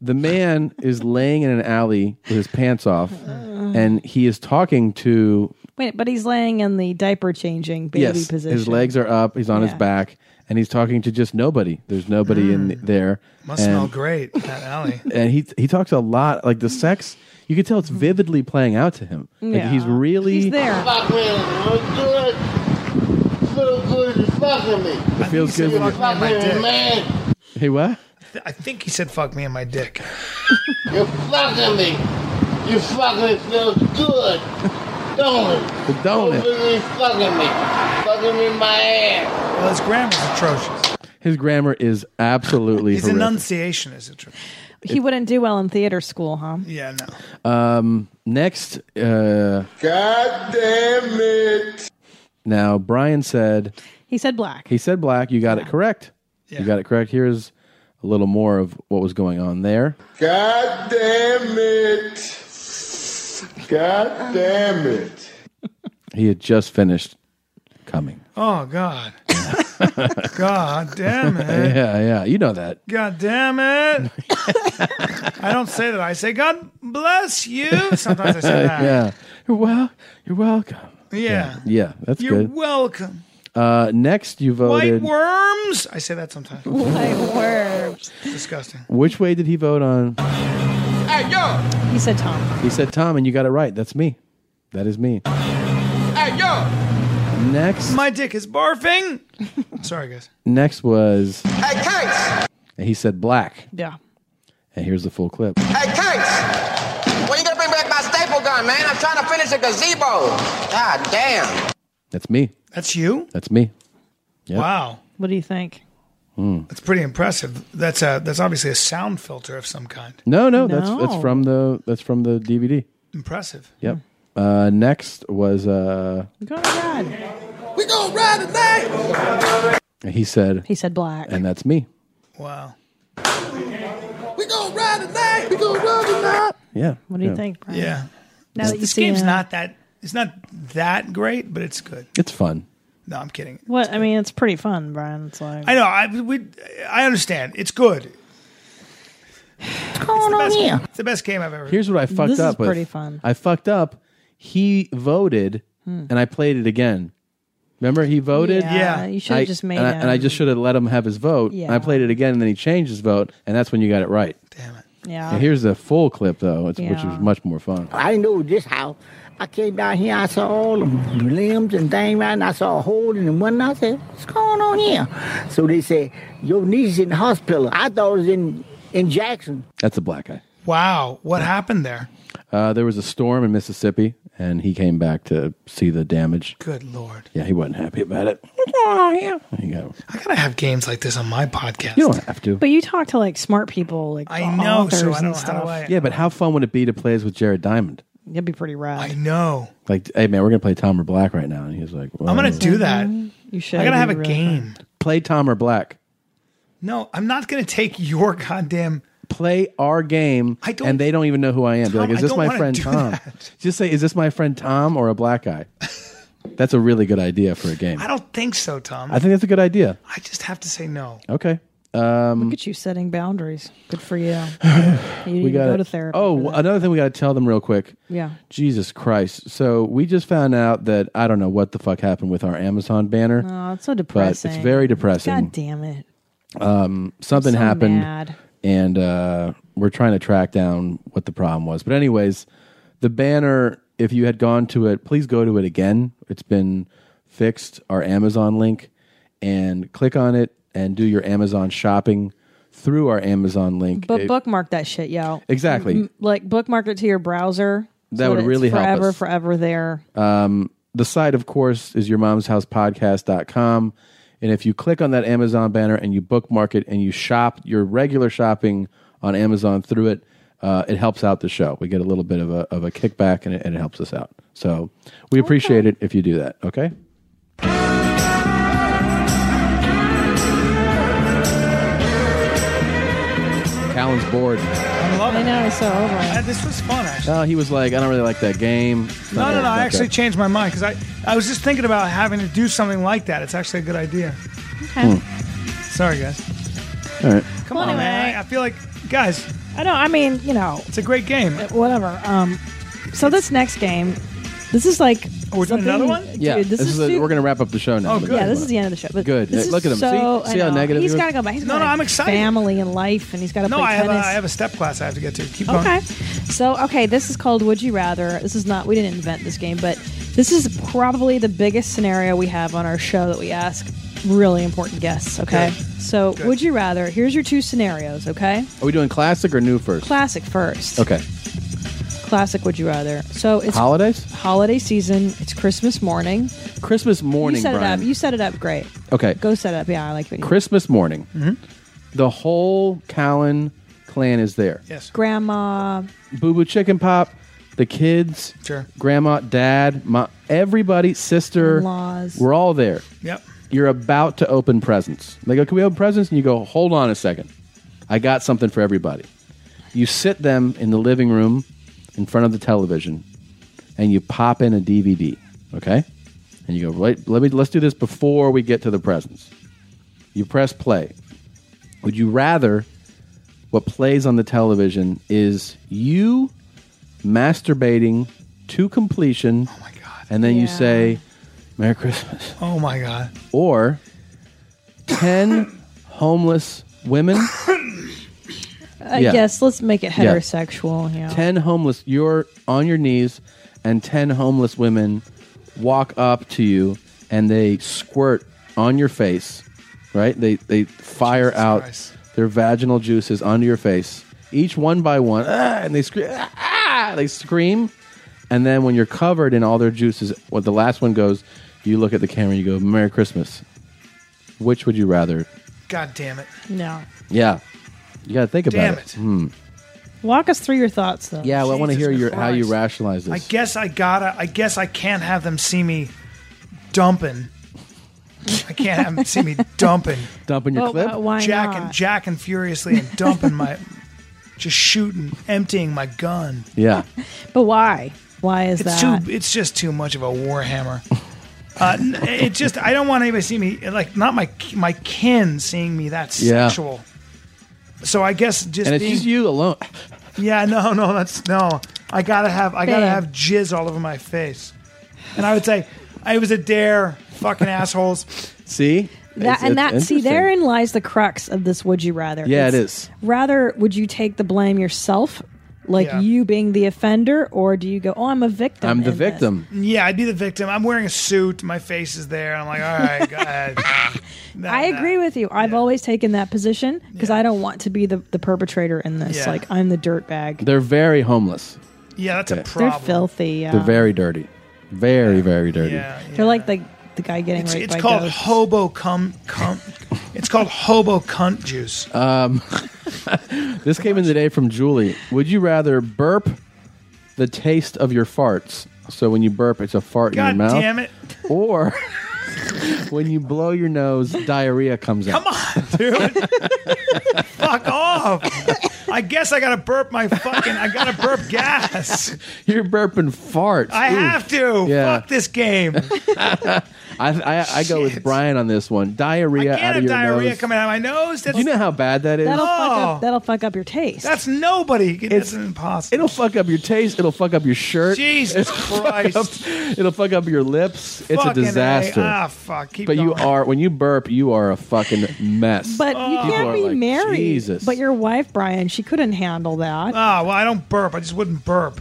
J: The man is laying in an alley with his pants off, and he is talking to
B: Wait, but he's laying in the diaper changing baby
J: yes,
B: position.
J: his legs are up, he's on his
B: Yeah.
J: back, and he's talking to just nobody. There's nobody in
B: Mm.
J: th- there.
C: Must
J: and,
C: smell great, that alley.
J: And he he talks a lot like the sex. You can tell it's vividly playing out to him. Like he's
B: Yeah.
J: really
B: He's there.
N: Fuck with him. Good. Feel good to fuck with me.
J: It feels good. When you,
N: Fuck with me, man.
J: hey, what?
C: I think he said "fuck me and my dick."
N: You fucking me. You fucking feels good. Don't it?
J: The donut.
N: Really fucking me. Fucking me in my ass.
C: Well, his grammar's atrocious.
J: His grammar is absolutely
C: His
J: horrific.
C: enunciation is atrocious.
B: He wouldn't do well in theater school, huh?
C: Yeah, no.
J: Um, next, uh,
N: God damn it.
J: now Brian said
B: He said black.
J: he said black. You got it correct. You got it correct. Here's a little more of what was going on there.
N: God damn it. God damn it.
J: He had just finished coming.
C: Oh God. God damn it.
J: yeah, yeah. You know that.
C: God damn it. I don't say that. I say God bless you. Sometimes I say that.
J: yeah. You're well. You're welcome.
C: Yeah.
J: Yeah, that's
C: You're
J: good.
C: welcome.
J: Uh, next, you
C: White
J: voted.
C: worms. I say that sometimes.
B: White worms.
C: Disgusting.
J: Which way did he vote on?
N: Hey, yo.
B: He said Tom.
J: He said Tom, and you got it right. That's me. That is me.
C: Hey yo.
J: Next,
C: My dick is barfing. Sorry guys.
J: next was,
C: Hey Case.
J: and he said black.
B: Yeah.
J: And here's the full clip.
O: Hey, Case! When you gonna bring back my staple gun, man? I'm trying to finish a gazebo. God damn.
J: That's me.
C: That's you.
J: That's me. Yep.
C: Wow.
B: What do you think?
J: Hmm.
C: That's pretty impressive. That's a that's obviously a sound filter of some kind.
J: No, no, that's that's
C: No.
J: from the that's from the DVD.
C: Impressive.
J: Yep. Uh, next was uh,
B: Go ahead.
N: We gonna ride tonight.
J: he said
B: He said black.
J: and that's me.
C: Wow.
N: We gonna ride tonight. We gonna ride tonight.
J: Yeah.
B: What do you
J: yeah.
B: think, Brian?
C: Yeah.
B: Now
C: This-
B: that you
C: this
B: see
C: game's
B: him.
C: not that it's not that great, but it's good.
J: It's fun.
C: No, I'm kidding.
B: What I mean, it's pretty fun, Brian. It's like
C: I know. I we I understand. It's good. What's going on here? It's the best game I've ever.
J: Here's what I fucked
C: This is
J: up with.
C: pretty fun.
J: I fucked up. He voted,
C: Hmm.
J: and I played it again. Remember, he voted.
B: Yeah, Yeah. you should've
J: I-
B: just made
J: and I, and I
B: him-
J: just should have let him have his vote. And
B: Yeah.
J: I played it again, and then he changed his vote, and that's when you got it right. Damn it.
B: Yeah.
J: here's the full clip though, it's, which
P: Yeah.
J: was much more fun.
P: I know this house. I came down here, I saw all the limbs and things right, and I saw a hole in the one. I said, What's going on here? So they said, Your niece is in the hospital. I thought it was in, in Jackson.
J: That's a black guy.
C: Wow, what happened there?
J: Uh, there was a storm in Mississippi, and he came back to see the damage.
C: Good lord.
J: Yeah, he wasn't happy about it. He got-
C: I gotta have games like this on my podcast.
J: you don't have to.
B: But you talk to like smart people, like
C: I know, so
B: authors
C: I don't
B: and
C: know how
B: stuff.
C: do I-
J: Yeah, but how fun would it be to play this with Jared Diamond?
B: That'd be pretty rad. I
C: know.
J: Like, hey man, we're gonna play Tom or Black right now, and he was like,
C: I'm gonna do that.
B: You should.
C: I gotta have a
B: It'd be really
C: game.
J: Play Tom or Black.
C: No, I'm not gonna take your goddamn.
J: Play our game, and they don't even know who I am. Be like,
C: Tom, I
J: is this
C: don't
J: my
C: wanna
J: friend
C: do
J: Tom? Just say, is this my friend Tom or a black guy? that's a really good idea for a game.
C: I don't think so, Tom.
J: I think that's a good idea.
C: I just have to say no.
J: Okay. Um,
B: Look at you setting boundaries. Good for you. you didn't
J: we
B: even
J: got
B: go to therapy.
J: Oh, another thing we got to tell them real quick.
B: Yeah.
J: Jesus Christ. So we just found out that I don't know what the fuck happened with our Amazon banner.
B: Oh, it's so
J: but
B: depressing.
J: it's very depressing.
B: God damn it.
J: um, something
B: so
J: happened,
B: mad.
J: and uh, we're trying to track down what the problem was. But anyways, the banner. If you had gone to it, please go to it again. It's been fixed. Our Amazon link, and click on it and do your Amazon shopping through our Amazon link.
B: But
J: It-
B: bookmark that shit, yo.
J: Exactly.
B: M- like bookmark it to your browser.
J: That
B: so
J: would
B: it's
J: really help
B: forever,
J: us.
B: Forever, there.
J: Um, the site, of course, is your mom's house podcast.com. And if you click on that Amazon banner and you bookmark it and you shop your regular shopping on Amazon through it, uh, it helps out the show. We get a little bit of a, of a kickback and it, and it helps us out. So we appreciate it if you do that. Okay. Callan's bored.
C: I love it. I
B: know, it's so over.
C: this was fun, actually.
J: Uh, he was like, I don't really like that game. It's
C: No,
J: not
C: no,
J: really
C: no. I
J: that
C: actually
J: good.
C: changed my mind because I, I was just thinking about having to do something like that. It's actually a good idea. Sorry, guys.
J: All right.
C: Come on, man. I, I feel like, guys.
B: I know. I mean, you know,
C: it's a great game.
B: Whatever. Um, so this next game, this is like.
C: Oh, we're doing
B: something-
C: another one?
B: Dude,
J: Yeah,
B: this, is, Oh,
J: a-
B: super-
J: we're gonna wrap up the show now.
B: Yeah, this is the end of the show. But
J: Good.
B: This
J: Hey,
B: is
J: look at him. See-
B: So,
J: see how
B: I know.
J: negative
B: He's
J: he was?
B: got to go back. He's
C: No,
B: got
C: no, I'm excited.
B: Family and life, and he's got to
C: No,
B: play
C: I have, a,
B: tennis.
C: I have a step class I have to get to. Keep going.
B: Okay. So, okay, this is called Would You Rather. This is not, we didn't invent this game, but this is probably the biggest scenario we have on our show that we ask really important guests, okay? So, Would You Rather, here's your two scenarios, okay?
J: Are we doing classic or new first?
B: Classic first.
J: Okay.
B: Classic Would You Rather. So, it's
J: Holidays?
B: holiday season, it's Christmas morning.
J: Christmas morning,
B: You set
J: Brian.
B: it up. You set it up great.
J: Okay.
B: Go set it up. Yeah, I like when you
J: Christmas morning. The whole Callan clan is there.
C: Yes.
B: Grandma.
J: Boo Boo Chicken Pop, the kids,
C: Sure.
J: grandma, dad, mom, everybody, sister,
B: In-laws.
J: we're all there.
C: Yep.
J: You're about to open presents. They go, Can we open presents? And you go, Hold on a second. I got something for everybody. You sit them in the living room in front of the television and you pop in a DVD, okay? And you go, let, let me, let's do this before we get to the presents. You press play. Would you rather what plays on the television is you masturbating to completion. Oh my god. And then you
C: Yeah.
J: say Merry Christmas.
C: Oh my god.
J: Or 10 homeless women.
B: I
J: Yeah.
B: guess let's make it
J: Yeah.
B: heterosexual. Yeah.
J: 10 homeless you're on your knees and 10 homeless women walk up to you and they squirt on your face, right? They they fire out their vaginal juices onto your face. Each one by one, ah, and they scream ah, they scream and then when you're covered in all their juices, what the last one goes, you look at the camera and you go, "Merry Christmas." Which would you rather?
C: God damn it.
B: No.
J: Yeah. You got to think about
C: Damn
J: it. Hmm.
B: Walk us through your thoughts, though.
J: Yeah, well, I want to
C: Jesus
J: hear your how you
C: Christ.
J: rationalize this.
C: I guess I gotta. I guess I can't have them see me dumping. I can't have them see me dumping.
J: Dumping your But clip?
B: uh,
J: wh- why
C: jacking,
J: not?
C: jacking furiously and dumping my, just shooting, emptying my gun.
J: Yeah.
B: But why? Why is
C: it's
B: that?
C: too. It's just too much of a warhammer. Uh, n- it just. I don't want anybody to see me like not my my kin seeing me that
J: Yeah.
C: sexual. So I guess just
J: And it's
C: being-
J: just you alone.
C: Yeah, no, no, that's no. I gotta have I gotta
J: Babe.
C: have jizz all over my face, and I would say I was a dare, fucking assholes.
J: See,
B: That, and that see therein lies the crux of this would you rather.
J: Yeah, it is.
B: Rather would you take the blame yourself, like
C: Yeah.
B: you being the offender, or do you go, "Oh, I'm a victim." in this?"
C: Yeah, I'd be the victim. I'm wearing a suit. My face is there. I'm like, all right, go ahead.
B: I agree with you. I've always taken that position because I don't want to be the, the perpetrator in this.
J: Yeah.
B: Like I'm the dirtbag.
J: They're very homeless.
C: Yeah, that's
J: Okay.
B: They're filthy. Yeah.
C: Ah.
J: They're very dirty. Very, very dirty.
B: They're like the the guy getting
C: It's,
B: raped
C: it's
B: by
C: called
B: ghosts.
C: hobo cum cum. It's called hobo cunt juice.
J: Um, this came in today from Julie. Would you rather burp the taste of your farts? So when you burp, it's a fart
C: God
J: in your mouth.
C: damn it.
J: Or when you blow your nose, diarrhea comes out.
C: Come on, dude. Fuck off. I guess I gotta burp my fucking. I gotta burp gas.
J: You're burping farts.
C: I
J: Ooh.
C: have to.
J: Yeah.
C: Fuck this game.
J: I, I, I go with Brian on this one. Diarrhea
C: I
J: out of
C: have
J: your
C: diarrhea
J: nose.
C: coming out of my nose. That's,
J: Do you know how bad that is?
B: That'll fuck
C: Oh.
B: up. That'll fuck up your taste.
C: that's nobody. It's, impossible.
J: It'll fuck up your taste. It'll fuck up your shirt.
C: Jesus
J: It'll
C: Christ.
J: Fuck up, it'll fuck up your lips. It's
C: Fucking
J: a disaster.
C: Ah, fuck. Keep
J: but you
C: going. Oh.
J: are when you burp, you are a fucking mess.
B: But you
J: People
B: can't
J: are
B: be
J: like,
B: married.
J: Jesus.
B: But your wife, Brian, she couldn't handle that.
C: Ah, well, I don't burp. I just wouldn't burp.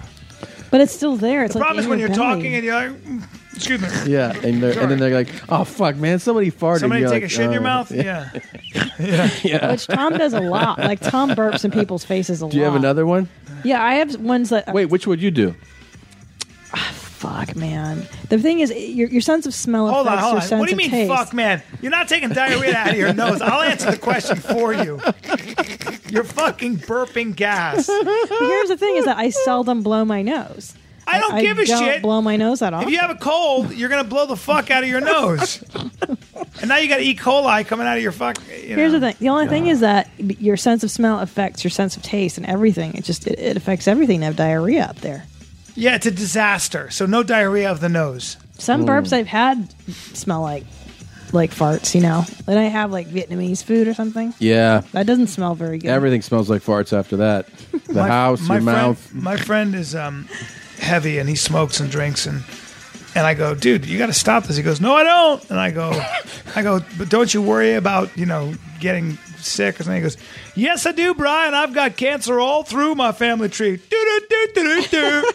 B: But it's still there. It's
C: the
B: like
C: problem
B: in
C: is when
B: your
C: you're
B: belly.
C: talking and you're like, "Mm, excuse me.
J: yeah, and, they're, and then they're like, "Oh fuck, man, somebody farted."
C: Somebody
J: You're
C: take a
J: like,
C: shit in your
J: "Oh."
C: mouth? Yeah. yeah.
J: Yeah.
B: Which Tom does a lot. Like Tom burps in people's faces a
J: Do you
B: lot.
J: have another one?
B: Yeah, I have ones that.
J: Wait, which would you do?
B: fuck, man. The thing is, your, your sense of smell
C: Hold on,
B: affects
C: hold
B: your
C: on.
B: sense
C: What do you
B: of
C: mean,
B: taste.
C: fuck, man? You're not taking diarrhea out of your nose. I'll answer the question for you. You're fucking burping gas.
B: But here's the thing: is that I seldom blow my nose.
C: I don't give a
B: don't
C: shit.
B: Blow my nose at all.
C: If you have a cold, you're gonna blow the fuck out of your nose, and now you got E. coli coming out of your fuck. you
B: Here's
C: know.
B: the thing. The only thing is that b- your sense of smell affects your sense of taste and everything. It just it, it affects everything. to have diarrhea out there.
C: Yeah, it's a disaster. So no diarrhea of the nose.
B: Some burps I've had smell like like farts. You know, then I have like Vietnamese food or something.
J: Yeah,
B: That doesn't smell very good.
J: everything smells like farts after that. The house, your
C: friend,
J: mouth.
C: My friend is um, heavy and he smokes and drinks and and I go, dude, you got to stop this. He goes, no, I don't. And I go, I go, but don't you worry about you know getting sick or something. He goes, yes, I do, Brian. I've got cancer all through my family tree, do do do do do,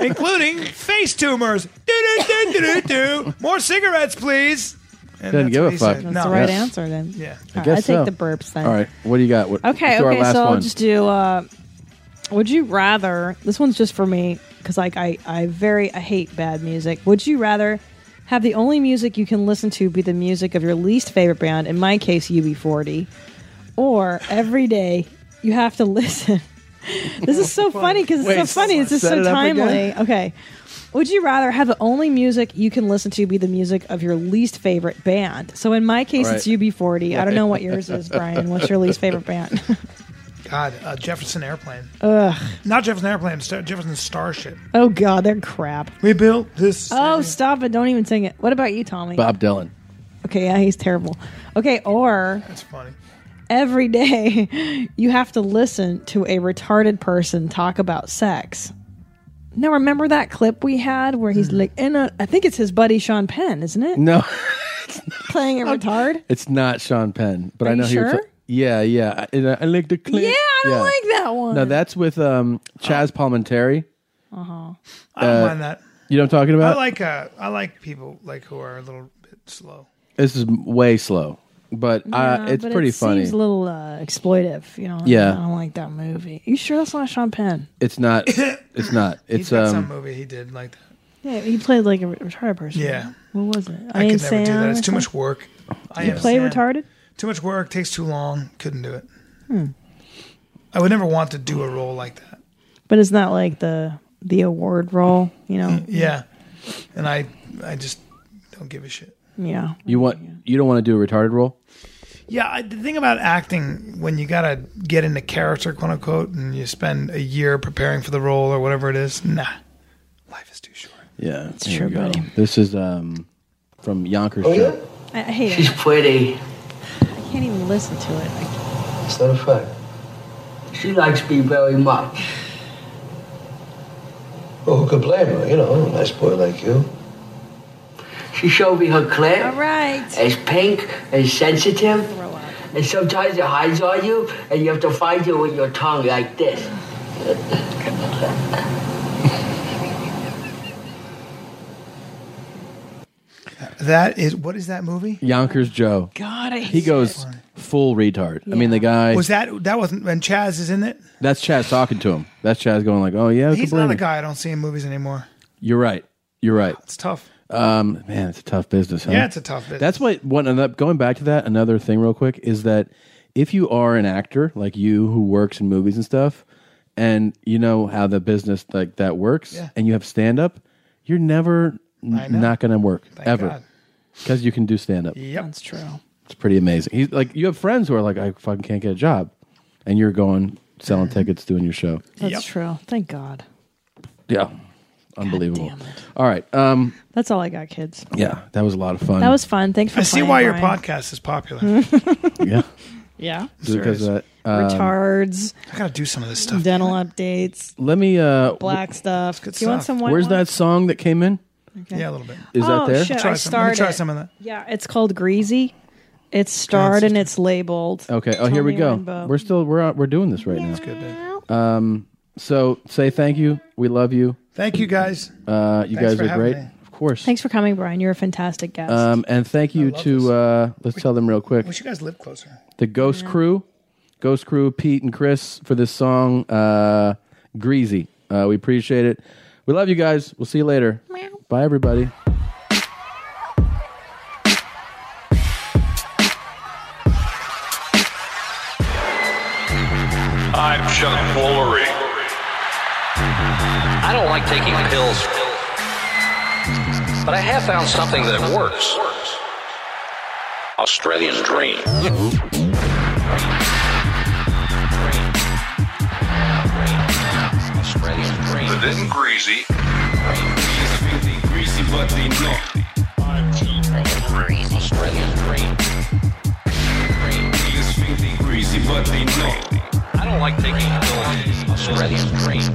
C: including face tumors. Do do do do do. More cigarettes, please. And that's
J: Doesn't give
C: what
J: a
C: he
J: fuck.
C: said.
J: That's
C: No.
B: the right answer then.
C: Yeah,
J: I
B: All right,
J: guess
B: take
J: so.
B: the burps then.
J: All right, what do you got? What,
B: Okay,
J: let's do
B: okay.
J: our last
B: so
J: one.
B: I'll just do. Uh, would you rather? This one's just for me because like I, I very I hate bad music. Would you rather have the only music you can listen to be the music of your least favorite band? In my case, UB40, or every day you have to listen. this is so funny because it's
Q: Wait,
B: so funny. It's just
Q: set
B: so
Q: it up
B: timely.
Q: again?
B: Okay. Would you rather have the only music you can listen to be the music of your least favorite band? So in my case, it's
C: Right.
B: UB40. I don't know what yours is, Brian. What's your least favorite band?
C: God, uh, Jefferson Airplane.
B: Ugh.
C: Not Jefferson Airplane. Star- Jefferson Starship.
B: Oh God, they're crap.
C: We built this.
B: Oh, stop it! Don't even sing it. What about you, Tommy?
J: Bob Dylan.
B: Okay, yeah, he's terrible. Okay, or
C: that's funny.
B: Every day, you have to listen to a retarded person talk about sex. Now, remember that clip we had where he's like, and uh, I think it's his buddy Sean Penn, isn't it?
J: No,
B: Playing a retard.
J: it's not Sean Penn, but
B: Are
J: I
B: you
J: know who. you're
B: sure?
J: ta- yeah, yeah. I, and I- I like the clip.
B: Yeah, I don't like that one.
J: No, that's with um, Chaz
C: Uh,
J: Palminteri.
B: Uh-huh.
C: I
J: Uh,
C: don't mind that.
J: You know what I'm talking
C: I
J: about?
C: like uh, I like people like who are a little bit slow.
J: this is m- way slow, but uh,
B: Yeah,
J: it's
B: but
J: pretty
B: it
J: funny.
B: Seems a little uh, exploitive, you know.
J: Yeah.
B: I don't like that movie. you sure that's not Sean Penn?
J: it's not. It's not. It's
C: He's got some
J: um.
C: movie he did like that.
B: Yeah, he played like a re- retarded person.
C: Yeah.
B: What was it?
C: I,
B: Am
C: could never
B: Sam
C: do that.
B: or
C: It's too much
B: something?
C: work. I
B: You
C: Am
B: play
C: Sam.
B: retarded?
C: Too much work. Takes too long. Couldn't do it.
B: Hmm.
C: I would never want to do a role like that.
B: But it's not like the the award role, you know.
C: Yeah, and I I just don't give a shit.
B: Yeah.
J: You want? You don't want to do a retarded role?
C: Yeah, I, the thing about acting when you gotta get into character, quote unquote, and you spend a year preparing for the role or whatever it is. Nah,
J: Yeah, it's
B: true, buddy.
J: This is um from Yonkers.
B: Oh, yeah?
J: Joe.
B: I, I hate
J: She's
B: it.
J: pretty.
B: I can't even listen to it.
R: It's not a fact.
Q: She likes me very much. Well, who could blame her? You know, a nice boy like you. She showed me her clam.
B: All right.
Q: It's pink and sensitive. And sometimes it hides on you, and you have to find it with your tongue like this.
C: That is what is that movie?
J: Yonkers Joe.
C: God, I
J: he goes full retard. I mean, the guy
C: was that that wasn't and Chaz is in it.
J: That's Chaz talking to him. That's Chaz going like, "Oh yeah, who could
C: He's
J: blame
C: not a
J: you?"
C: guy I don't see in movies anymore.
J: You're right. You're right.
C: It's tough.
J: Um, man, it's a tough business. Huh?
C: Yeah, it's a tough business.
J: That's why. One and that- going back to that, another thing, real quick, is that if you are an actor like you who works in movies and stuff, and you know how the business like that works,
C: Yeah.
J: and you have stand up, you're never
C: I
J: n-
C: know.
J: not going to work
C: Thank
J: ever
C: God.
J: because you can do stand up.
C: Yep, that's true.
J: It's pretty amazing. He's like you have friends who are like, I fucking can't get a job, and you're going selling
C: Mm-hmm.
J: tickets, doing your show.
B: That's true. Thank God.
J: Yeah, unbelievable. All right. Um,
B: That's all I got, kids.
J: yeah, that was a lot of fun.
B: That was fun. Thanks for
C: I see
B: playing,
C: why
B: Brian.
C: your podcast is
B: Hmm.
C: popular.
J: yeah.
B: Yeah.
J: Because of that, um,
B: Retards.
C: I gotta do some of this stuff.
B: Dental updates.
J: Let me. Uh, w-
B: Black stuff. Do you want some white
J: Where's
B: wine?
J: that song that came in?
B: Okay.
C: Yeah, a little bit.
J: Is
B: oh,
J: that there?
B: Shit,
C: Try
B: I
C: some- let me
B: started.
C: try some of that.
B: Yeah, it's called Greasy. It's starred and it's labeled.
J: Okay. Oh, here we
B: Tony
J: go.
B: Rainbow.
J: We're still we're out- we're doing this right now. That's good. Um. So say thank you. We love you.
C: Thank you guys.
J: Uh, you
C: Thanks
J: guys
C: for
J: are
C: having
J: great.
C: me.
J: Of course.
B: Thanks for coming, Brian. You're a fantastic guest.
J: Um, and thank you to uh, let's tell them real quick.
C: Wish you guys lived closer.
J: the Ghost Crew, Ghost Crew, Pete and Chris for this song, uh, Greasy. Uh, we appreciate it. We love you guys. We'll see you later. Bye, everybody.
R: I'm Chuck Woolery. I don't like taking pills, but I have found something that works. Australian Dream.
S: The Dead and Greasy. Greasy, but they naughty. Australian Dream. Greasy, but they naughty.
R: I don't like taking pills. Australian Dream.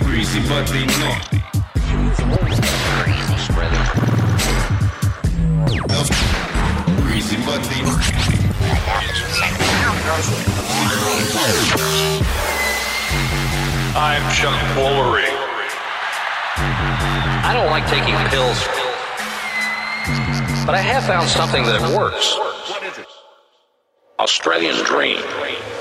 S: Greasy, but they naughty. Greasy, but they
R: I'm Chuck Woolery. I don't like taking pills, but I have found something that works. Australian Dream.